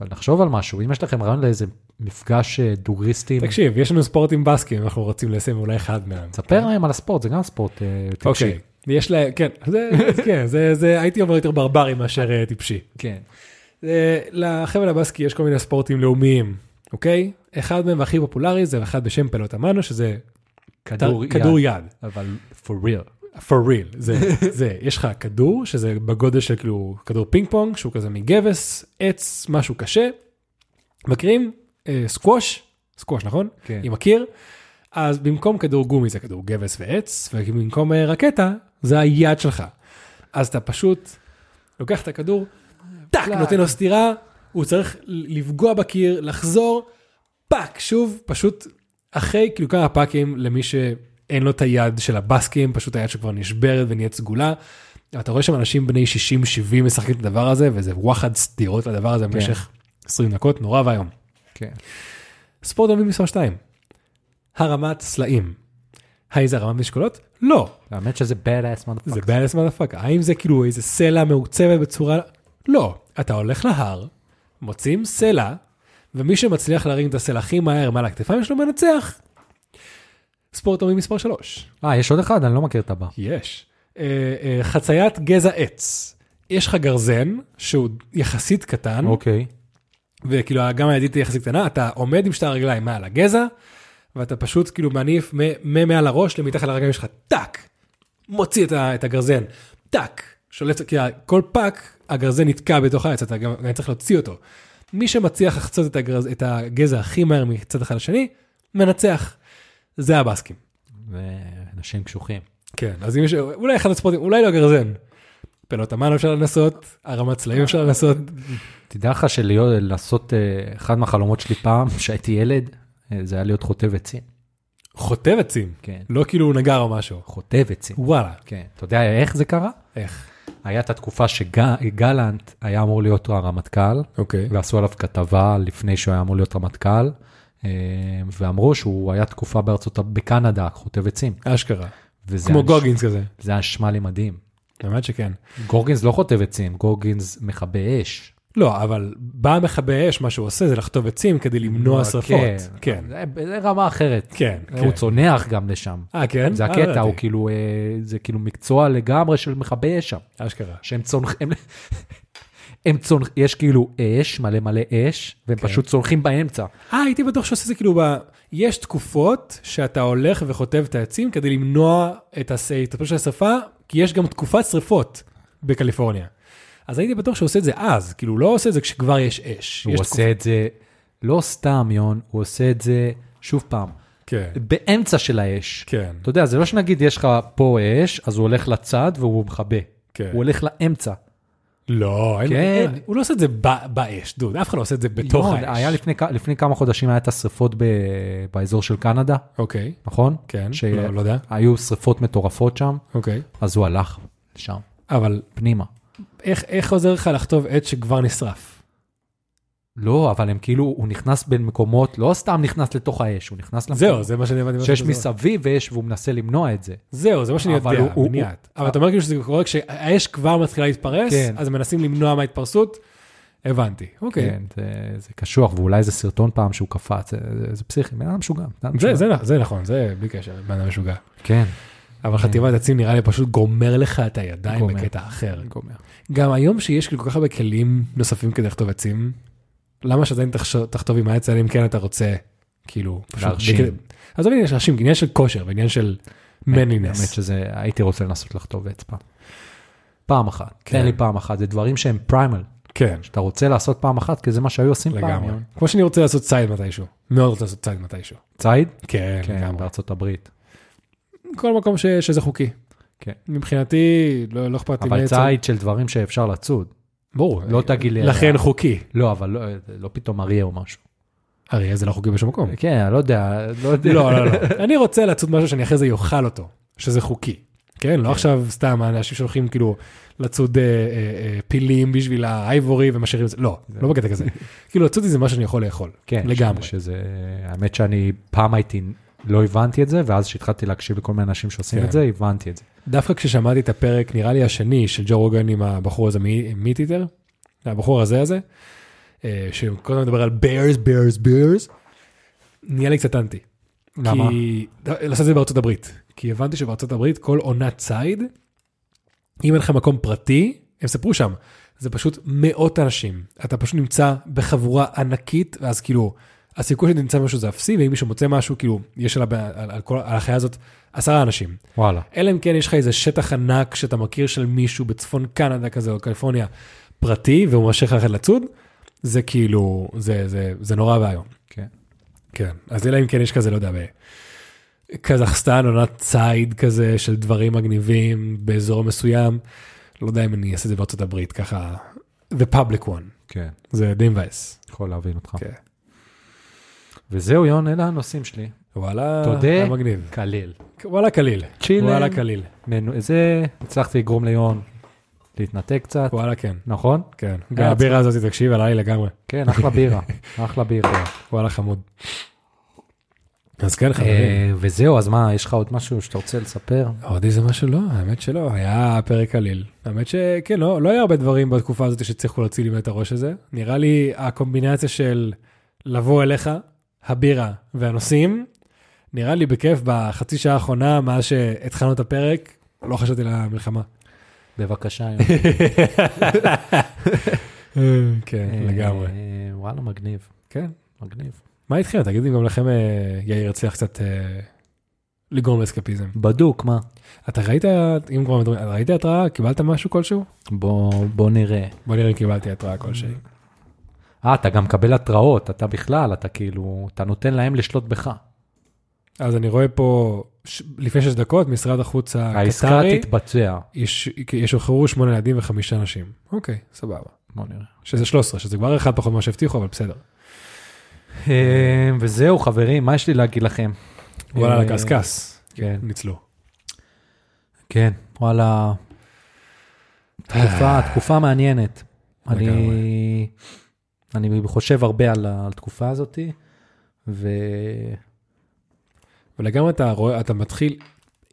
[SPEAKER 2] אבל נחשוב על משהו, אם יש לכם רעיון לאיזה מפגש אה, דוריסטים,
[SPEAKER 3] תקשיב, יש לנו ספורטים בסקים, אנחנו רוצים לסיים אולי אחד מהם.
[SPEAKER 2] ספר להם על הספורט, זה גם ספורט אה, טיפשי.
[SPEAKER 3] אוקיי. יש להם, כן, זה, זה- כן, זה, זה, הייתי אומר יותר ברברי מאשר אה, טיפשי.
[SPEAKER 2] כן.
[SPEAKER 3] אה, לחבל הבסקי יש כל מיני ספורטים לאומיים, אוקיי? אחד מהם והכי פופולרי זה אחד בשם פלות אמנו, שזה
[SPEAKER 2] כדור
[SPEAKER 3] ת- כדור
[SPEAKER 2] יד.
[SPEAKER 3] יד.
[SPEAKER 2] אבל for real.
[SPEAKER 3] for real, זה, זה, יש לך כדור, שזה בגודל של כאילו כדור פינג פונג, שהוא כזה מגבס, עץ, משהו קשה. מכירים? אה, סקווש, סקווש נכון?
[SPEAKER 2] כן.
[SPEAKER 3] עם הקיר. אז במקום כדור גומי זה כדור גבס ועץ, ובמקום אה, רקטה זה היד שלך. אז אתה פשוט לוקח את הכדור, טאק,
[SPEAKER 2] פלאק.
[SPEAKER 3] נותן לו סטירה, הוא צריך לפגוע בקיר, לחזור, פאק, שוב, פשוט אחרי כאילו כמה פאקים למי שאין לו את היד של הבסקים, פשוט היד שכבר נשברת ונהיית סגולה. אתה רואה שם אנשים בני 60-70 משחקים את הדבר הזה, וזה וואחד סטירות לדבר הזה במשך 20 דקות, נורא ואיום.
[SPEAKER 2] כן.
[SPEAKER 3] ספורט עולמי מספר 2. הרמת סלעים. האם זה הרמת משקולות? לא.
[SPEAKER 2] האמת שזה bad ass
[SPEAKER 3] זה
[SPEAKER 2] motherfucker.
[SPEAKER 3] בעלס מדפאק. האם זה כאילו איזה סלע מעוצבת בצורה... לא. אתה הולך להר, מוצאים סלע, ומי שמצליח להרים את הסלע הכי מהר מעל הכתפיים שלו מנצח. ספורט עולמי מספר 3.
[SPEAKER 2] אה, יש עוד אחד? אני לא מכיר את הבא.
[SPEAKER 3] יש. אה, אה, חציית גזע עץ. יש לך גרזן שהוא יחסית קטן.
[SPEAKER 2] אוקיי.
[SPEAKER 3] וכאילו גם הידית יחסית קטנה, אתה עומד עם שתי הרגליים מעל הגזע, ואתה פשוט כאילו מניף מ- מ- מעל הראש למתחת לרגליים שלך, טאק, מוציא את, ה- את הגרזן, טאק, שולף, כי ה- כל פאק, הגרזן נתקע בתוך העץ, אתה גם גם צריך להוציא אותו. מי שמצליח לחצות את, הגרז, את הגזע הכי מהר מצד אחד לשני, מנצח. זה הבאסקים.
[SPEAKER 2] אנשים קשוחים.
[SPEAKER 3] כן, אז אם יש, אולי אחד הספורטים, אולי לא גרזן. פלות אמן אפשר לנסות, הרמת סלעים אפשר לנסות.
[SPEAKER 2] תדע לך אה, שלעשות, אחד מהחלומות שלי פעם, כשהייתי ילד, אה, זה היה להיות חוטב עצים.
[SPEAKER 3] חוטב עצים,
[SPEAKER 2] כן.
[SPEAKER 3] לא כאילו נגר או משהו.
[SPEAKER 2] חוטב עצים.
[SPEAKER 3] וואלה,
[SPEAKER 2] כן. אתה יודע איך זה קרה?
[SPEAKER 3] איך?
[SPEAKER 2] היה את התקופה שגלנט היה אמור להיות הרמטכ"ל,
[SPEAKER 3] אוקיי.
[SPEAKER 2] ועשו עליו כתבה לפני שהוא היה אמור להיות רמטכ"ל, אה, ואמרו שהוא היה תקופה בארצות, הב- בקנדה, חוטב עצים.
[SPEAKER 3] אשכרה.
[SPEAKER 2] וזה
[SPEAKER 3] כמו
[SPEAKER 2] היה נש-
[SPEAKER 3] גוגינס כזה.
[SPEAKER 2] זה היה נשמע לי מדהים.
[SPEAKER 3] האמת שכן.
[SPEAKER 2] גורגינס לא חוטב עצים, גורגינס מכבה אש.
[SPEAKER 3] לא, אבל בא מכבי אש, מה שהוא עושה זה לחטוב עצים כדי למנוע שרפות. כן.
[SPEAKER 2] אה, זה, זה רמה אחרת.
[SPEAKER 3] כן,
[SPEAKER 2] אה, הוא
[SPEAKER 3] כן.
[SPEAKER 2] צונח גם לשם.
[SPEAKER 3] אה, כן?
[SPEAKER 2] זה
[SPEAKER 3] אה, לא
[SPEAKER 2] הקטע,
[SPEAKER 3] ידעתי.
[SPEAKER 2] הוא כאילו, אה, זה כאילו מקצוע לגמרי של מכבי אש שם.
[SPEAKER 3] אשכרה.
[SPEAKER 2] שהם צונחים, הם צונחים, יש כאילו אש, מלא מלא אש, והם
[SPEAKER 3] כן.
[SPEAKER 2] פשוט צונחים באמצע.
[SPEAKER 3] אה, הייתי בטוח שעושה זה כאילו ב... יש תקופות שאתה הולך וחוטב את העצים כדי למנוע את הס- ההתפתחות של השרפה, כי יש גם תקופת שרפות בקליפורניה. אז הייתי בטוח שהוא עושה את זה אז, כאילו הוא לא עושה את זה כשכבר יש אש.
[SPEAKER 2] הוא
[SPEAKER 3] יש
[SPEAKER 2] עושה את זה לא סתם, יון, הוא עושה את זה, שוב פעם,
[SPEAKER 3] כן,
[SPEAKER 2] באמצע של האש.
[SPEAKER 3] כן,
[SPEAKER 2] אתה יודע, זה לא שנגיד יש לך פה אש, אז הוא הולך לצד והוא מכבה.
[SPEAKER 3] כן.
[SPEAKER 2] הוא הולך לאמצע.
[SPEAKER 3] לא, אין-
[SPEAKER 2] כן.
[SPEAKER 3] אין- הוא לא עושה את זה ב- באש, דוד, אף אחד לא עושה את זה בתוך
[SPEAKER 2] יון,
[SPEAKER 3] האש.
[SPEAKER 2] היה לפני, כ- לפני כמה חודשים היה את השרפות ב, באזור של קנדה,
[SPEAKER 3] אוקיי,
[SPEAKER 2] נכון?
[SPEAKER 3] כן,
[SPEAKER 2] ש-
[SPEAKER 3] לא לא יודע,
[SPEAKER 2] היו שרפות מטורפות שם,
[SPEAKER 3] אוקיי.
[SPEAKER 2] אז הוא הלך לשם,
[SPEAKER 3] אבל
[SPEAKER 2] פנימה.
[SPEAKER 3] איך איך עוזר לך לכתוב עץ שכבר נשרף?
[SPEAKER 2] לא, אבל הם כאילו, הוא נכנס בין מקומות, לא סתם נכנס לתוך האש, הוא נכנס למקום
[SPEAKER 3] זהו, זה לא מה שאני הבנתי. מה
[SPEAKER 2] נכון. שיש
[SPEAKER 3] שאתה אומר.
[SPEAKER 2] מסביב אש והוא מנסה למנוע את זה.
[SPEAKER 3] זהו, זה מה שאני
[SPEAKER 2] אבל
[SPEAKER 3] יודע,
[SPEAKER 2] הוא- הוא-
[SPEAKER 3] מניעת.
[SPEAKER 2] הוא-
[SPEAKER 3] אבל אתה אומר כאילו שזה קורה כשהאש כבר מתחילה להתפרס,
[SPEAKER 2] כן.
[SPEAKER 3] אז מנסים למנוע מההתפרסות. הבנתי, אוקיי.
[SPEAKER 2] כן, זה, זה קשוח, ואולי איזה סרטון פעם שהוא קפץ, זה, זה, זה פסיכי, בן אדם משוגע. בן אדם
[SPEAKER 3] זה-
[SPEAKER 2] משוגע.
[SPEAKER 3] זה נכ- זה נכון, זה בלי קשר, בן אדם משוגע.
[SPEAKER 2] כן,
[SPEAKER 3] אבל חטיבת עצים נראה לי פשוט גומר לך את הידיים
[SPEAKER 2] גומר.
[SPEAKER 3] בקטע אחר.
[SPEAKER 2] גומר.
[SPEAKER 3] גם היום שיש כאילו כל כך הרבה כלים נוספים כדי לכתוב עצים, למה שעדיין תחשוב- תכתוב עם העץ האלה אם כן אתה רוצה, כאילו, פשוט...
[SPEAKER 2] להרשים.
[SPEAKER 3] בקטע- עזוב עניין של להרשים, עניין של כושר ועניין של
[SPEAKER 2] האמת
[SPEAKER 3] מנינס.
[SPEAKER 2] שזה, הייתי רוצה לנסות לכתוב עץ פעם. פעם אחת,
[SPEAKER 3] כן.
[SPEAKER 2] תן לי פעם אחת, זה דברים שהם פריימל,
[SPEAKER 3] כן,
[SPEAKER 2] שאתה רוצה לעשות פעם אחת, כי זה מה שהיו עושים פעם.
[SPEAKER 3] לגמרי.
[SPEAKER 2] יון.
[SPEAKER 3] כמו שאני רוצה לעשות ציד מתישהו, מאוד רוצה לעשות ציד מתישהו.
[SPEAKER 2] ציד?
[SPEAKER 3] כן,
[SPEAKER 2] כן,
[SPEAKER 3] לגמרי.
[SPEAKER 2] בארצות הברית.
[SPEAKER 3] כל מקום ש, שזה חוקי.
[SPEAKER 2] כן.
[SPEAKER 3] מבחינתי, לא, לא אכפת לי
[SPEAKER 2] אבל
[SPEAKER 3] מעצם.
[SPEAKER 2] ציד של דברים שאפשר לצוד,
[SPEAKER 3] ברור.
[SPEAKER 2] לא תגיד לי...
[SPEAKER 3] לכן חוקי.
[SPEAKER 2] לא, אבל לא- לא פתאום אריה או משהו.
[SPEAKER 3] אריה זה לא חוקי בשום מקום.
[SPEAKER 2] כן, אני לא יודע, לא יודע.
[SPEAKER 3] לא, לא, לא. אני רוצה לעשות משהו שאני אחרי זה אוכל אותו, שזה חוקי. כן, לא עכשיו סתם אנשים שהולכים כאילו לצוד אה, אה, אה, פילים בשביל האייבורי ומשאירים את זה. לא, לא בקטע כזה. כאילו לצוד זה משהו שאני יכול לאכול.
[SPEAKER 2] כן,
[SPEAKER 3] לגמרי.
[SPEAKER 2] ש- שזה, האמת שאני פעם הייתי, לא הבנתי את זה, ואז כשהתחלתי להקשיב לכל מיני אנשים שעושים
[SPEAKER 3] כן.
[SPEAKER 2] את זה, הבנתי את זה.
[SPEAKER 3] דווקא כששמעתי את הפרק, נראה לי השני, של ג'ו רוגן עם הבחור הזה ממיט איטר, הבחור הזה הזה, אה, שכל הזמן מדבר על bears, bears, bears, נהיה לי קצת אנטי.
[SPEAKER 2] למה?
[SPEAKER 3] כי... לעשות את זה בארצות הברית. כי הבנתי שבארצות הברית כל עונת ציד, אם אין לך מקום פרטי, הם ספרו שם, זה פשוט מאות אנשים. אתה פשוט נמצא בחבורה ענקית, ואז כאילו, הסיכוי שתמצא משהו זה אפסי, ואם מישהו מוצא משהו, כאילו, יש על, הבע- על, על, כל- על החיה הזאת עשרה אנשים.
[SPEAKER 2] וואלה.
[SPEAKER 3] אלא אם כן יש לך איזה שטח ענק שאתה מכיר של מישהו בצפון קנדה כזה או קליפורניה פרטי והוא מרשה לך לצוד, זה כאילו, זה, זה, זה נורא ואיום.
[SPEAKER 2] כן.
[SPEAKER 3] כן. אז אלא אם כן יש כזה, לא יודע, בקזחסטן עונת ציד כזה של דברים מגניבים באזור מסוים, לא יודע אם אני אעשה את זה בארצות הברית, ככה, the public one,
[SPEAKER 2] כן,
[SPEAKER 3] זה די מבאס.
[SPEAKER 2] יכול להבין אותך.
[SPEAKER 3] כן.
[SPEAKER 2] וזהו, יון, אלה הנושאים שלי.
[SPEAKER 3] וואלה,
[SPEAKER 2] תודה.
[SPEAKER 3] היה מגניב.
[SPEAKER 2] קליל.
[SPEAKER 3] וואלה קליל.
[SPEAKER 2] צ'ילן.
[SPEAKER 3] וואלה קליל.
[SPEAKER 2] מנו- זה, הצלחתי לגרום ליון להתנתק קצת,
[SPEAKER 3] וואלה כן.
[SPEAKER 2] נכון?
[SPEAKER 3] כן. גם
[SPEAKER 2] היה
[SPEAKER 3] הבירה הזאת, תקשיב, עלה לי לגמרי.
[SPEAKER 2] כן, אחלה בירה, אחלה בירה.
[SPEAKER 3] וואלה חמוד. אז כן חברים,
[SPEAKER 2] אה, וזהו, אז מה, יש לך עוד משהו שאתה רוצה לספר?
[SPEAKER 3] עוד איזה משהו לא, האמת שלא, היה פרק עליל. האמת שכן, לא, לא היה הרבה דברים בתקופה הזאת שהצליחו להוציא לי באמת את הראש הזה. נראה לי הקומבינציה של לבוא אליך, הבירה והנושאים, נראה לי בכיף בחצי שעה האחרונה, מאז שהתחלנו את הפרק, לא חשבתי על המלחמה.
[SPEAKER 2] בבקשה, יון.
[SPEAKER 3] כן,
[SPEAKER 2] אה,
[SPEAKER 3] לגמרי.
[SPEAKER 2] אה, וואלה, מגניב,
[SPEAKER 3] כן.
[SPEAKER 2] מגניב.
[SPEAKER 3] מה איתכם? תגידו גם לכם, אה, יאיר הצליח קצת אה, לגרום לאסקפיזם.
[SPEAKER 2] בדוק, מה?
[SPEAKER 3] אתה ראית, אם כבר מדברים, ראית התראה? קיבלת משהו כלשהו?
[SPEAKER 2] בוא בוא נראה.
[SPEAKER 3] בוא נראה אם קיבלתי התראה כלשהי.
[SPEAKER 2] אה, אתה גם מקבל התראות, אתה בכלל, אתה כאילו, אתה נותן להם לשלוט בך.
[SPEAKER 3] אז אני רואה פה, ש... לפני שש דקות, משרד החוץ
[SPEAKER 2] העסקה
[SPEAKER 3] הקטרי,
[SPEAKER 2] תתבצע.
[SPEAKER 3] יש- ישוחררו שמונה ילדים וחמישה נשים. אוקיי, סבבה.
[SPEAKER 2] בוא נראה.
[SPEAKER 3] שזה 13, שזה כבר אחד פחות ממה שהבטיחו, אבל בסדר.
[SPEAKER 2] אה, וזהו, חברים, מה יש לי להגיד לכם?
[SPEAKER 3] וואלה,
[SPEAKER 2] אה,
[SPEAKER 3] לקשקש.
[SPEAKER 2] כן,
[SPEAKER 3] ניצלו.
[SPEAKER 2] כן, וואלה. תקופה, תקופה מעניינת. אני,
[SPEAKER 3] אה. לגמרי.
[SPEAKER 2] אני חושב הרבה על התקופה הזאתי, וכן,
[SPEAKER 3] ולגמרי אתה רואה, אתה מתחיל,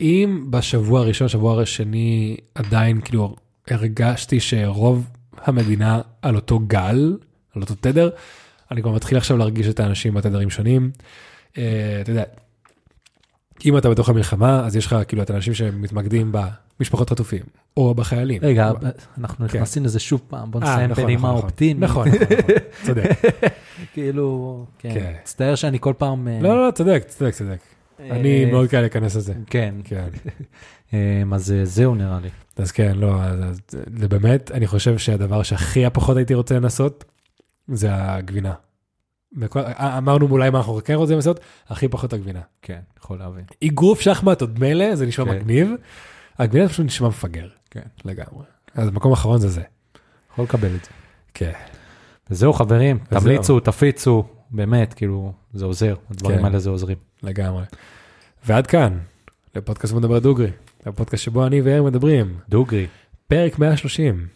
[SPEAKER 3] אם בשבוע הראשון, שבוע השני, עדיין כאילו הרגשתי שרוב המדינה על אותו גל, על אותו תדר, אני כבר מתחיל עכשיו להרגיש את האנשים בתדרים שונים. אה, אתה יודע, אם אתה בתוך המלחמה, אז יש לך כאילו את האנשים שמתמקדים במשפחות חטופים, או בחיילים.
[SPEAKER 2] רגע,
[SPEAKER 3] או-
[SPEAKER 2] אנחנו
[SPEAKER 3] כן.
[SPEAKER 2] נכנסים לזה שוב פעם, בוא
[SPEAKER 3] אה,
[SPEAKER 2] נסיים
[SPEAKER 3] נכון,
[SPEAKER 2] בנימה
[SPEAKER 3] נכון, נכון.
[SPEAKER 2] אופטימית.
[SPEAKER 3] נכון, נכון, נכון, צודק.
[SPEAKER 2] כאילו,
[SPEAKER 3] כן.
[SPEAKER 2] כן. מצטער שאני כל פעם... אה,
[SPEAKER 3] לא, לא, לא, צודק, צודק, צודק.
[SPEAKER 2] אה,
[SPEAKER 3] אני מאוד קל להיכנס לזה.
[SPEAKER 2] כן,
[SPEAKER 3] כן.
[SPEAKER 2] אה, אז אה, זהו נראה לי.
[SPEAKER 3] אז כן, לא, אז- אז זה באמת, אני חושב שהדבר שהכי הפחות הייתי רוצה לנסות, זה הגבינה. בכל- א- אמרנו אולי מה אנחנו כן רוצים לעשות, הכי פחות הגבינה.
[SPEAKER 2] כן, יכול להבין.
[SPEAKER 3] אגרוף שחמט עוד מילא, זה נשמע
[SPEAKER 2] כן.
[SPEAKER 3] מגניב, הגבינה פשוט נשמע מפגר.
[SPEAKER 2] כן.
[SPEAKER 3] לגמרי. אז המקום האחרון זה זה.
[SPEAKER 2] יכול לקבל את זה.
[SPEAKER 3] כן.
[SPEAKER 2] וזהו חברים,
[SPEAKER 3] וזהו.
[SPEAKER 2] תמליצו, תפיצו, באמת, כאילו, זה עוזר,
[SPEAKER 3] כן.
[SPEAKER 2] הדברים האלה זה עוזרים.
[SPEAKER 3] לגמרי. ועד כאן, לפודקאסט מדבר דוגרי, הפודקאסט שבו אני ואיר מדברים,
[SPEAKER 2] דוגרי,
[SPEAKER 3] פרק 130.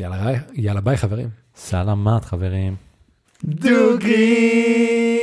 [SPEAKER 3] יאללה, יאללה ביי חברים.
[SPEAKER 2] סלמת חברים.
[SPEAKER 1] דוגרי!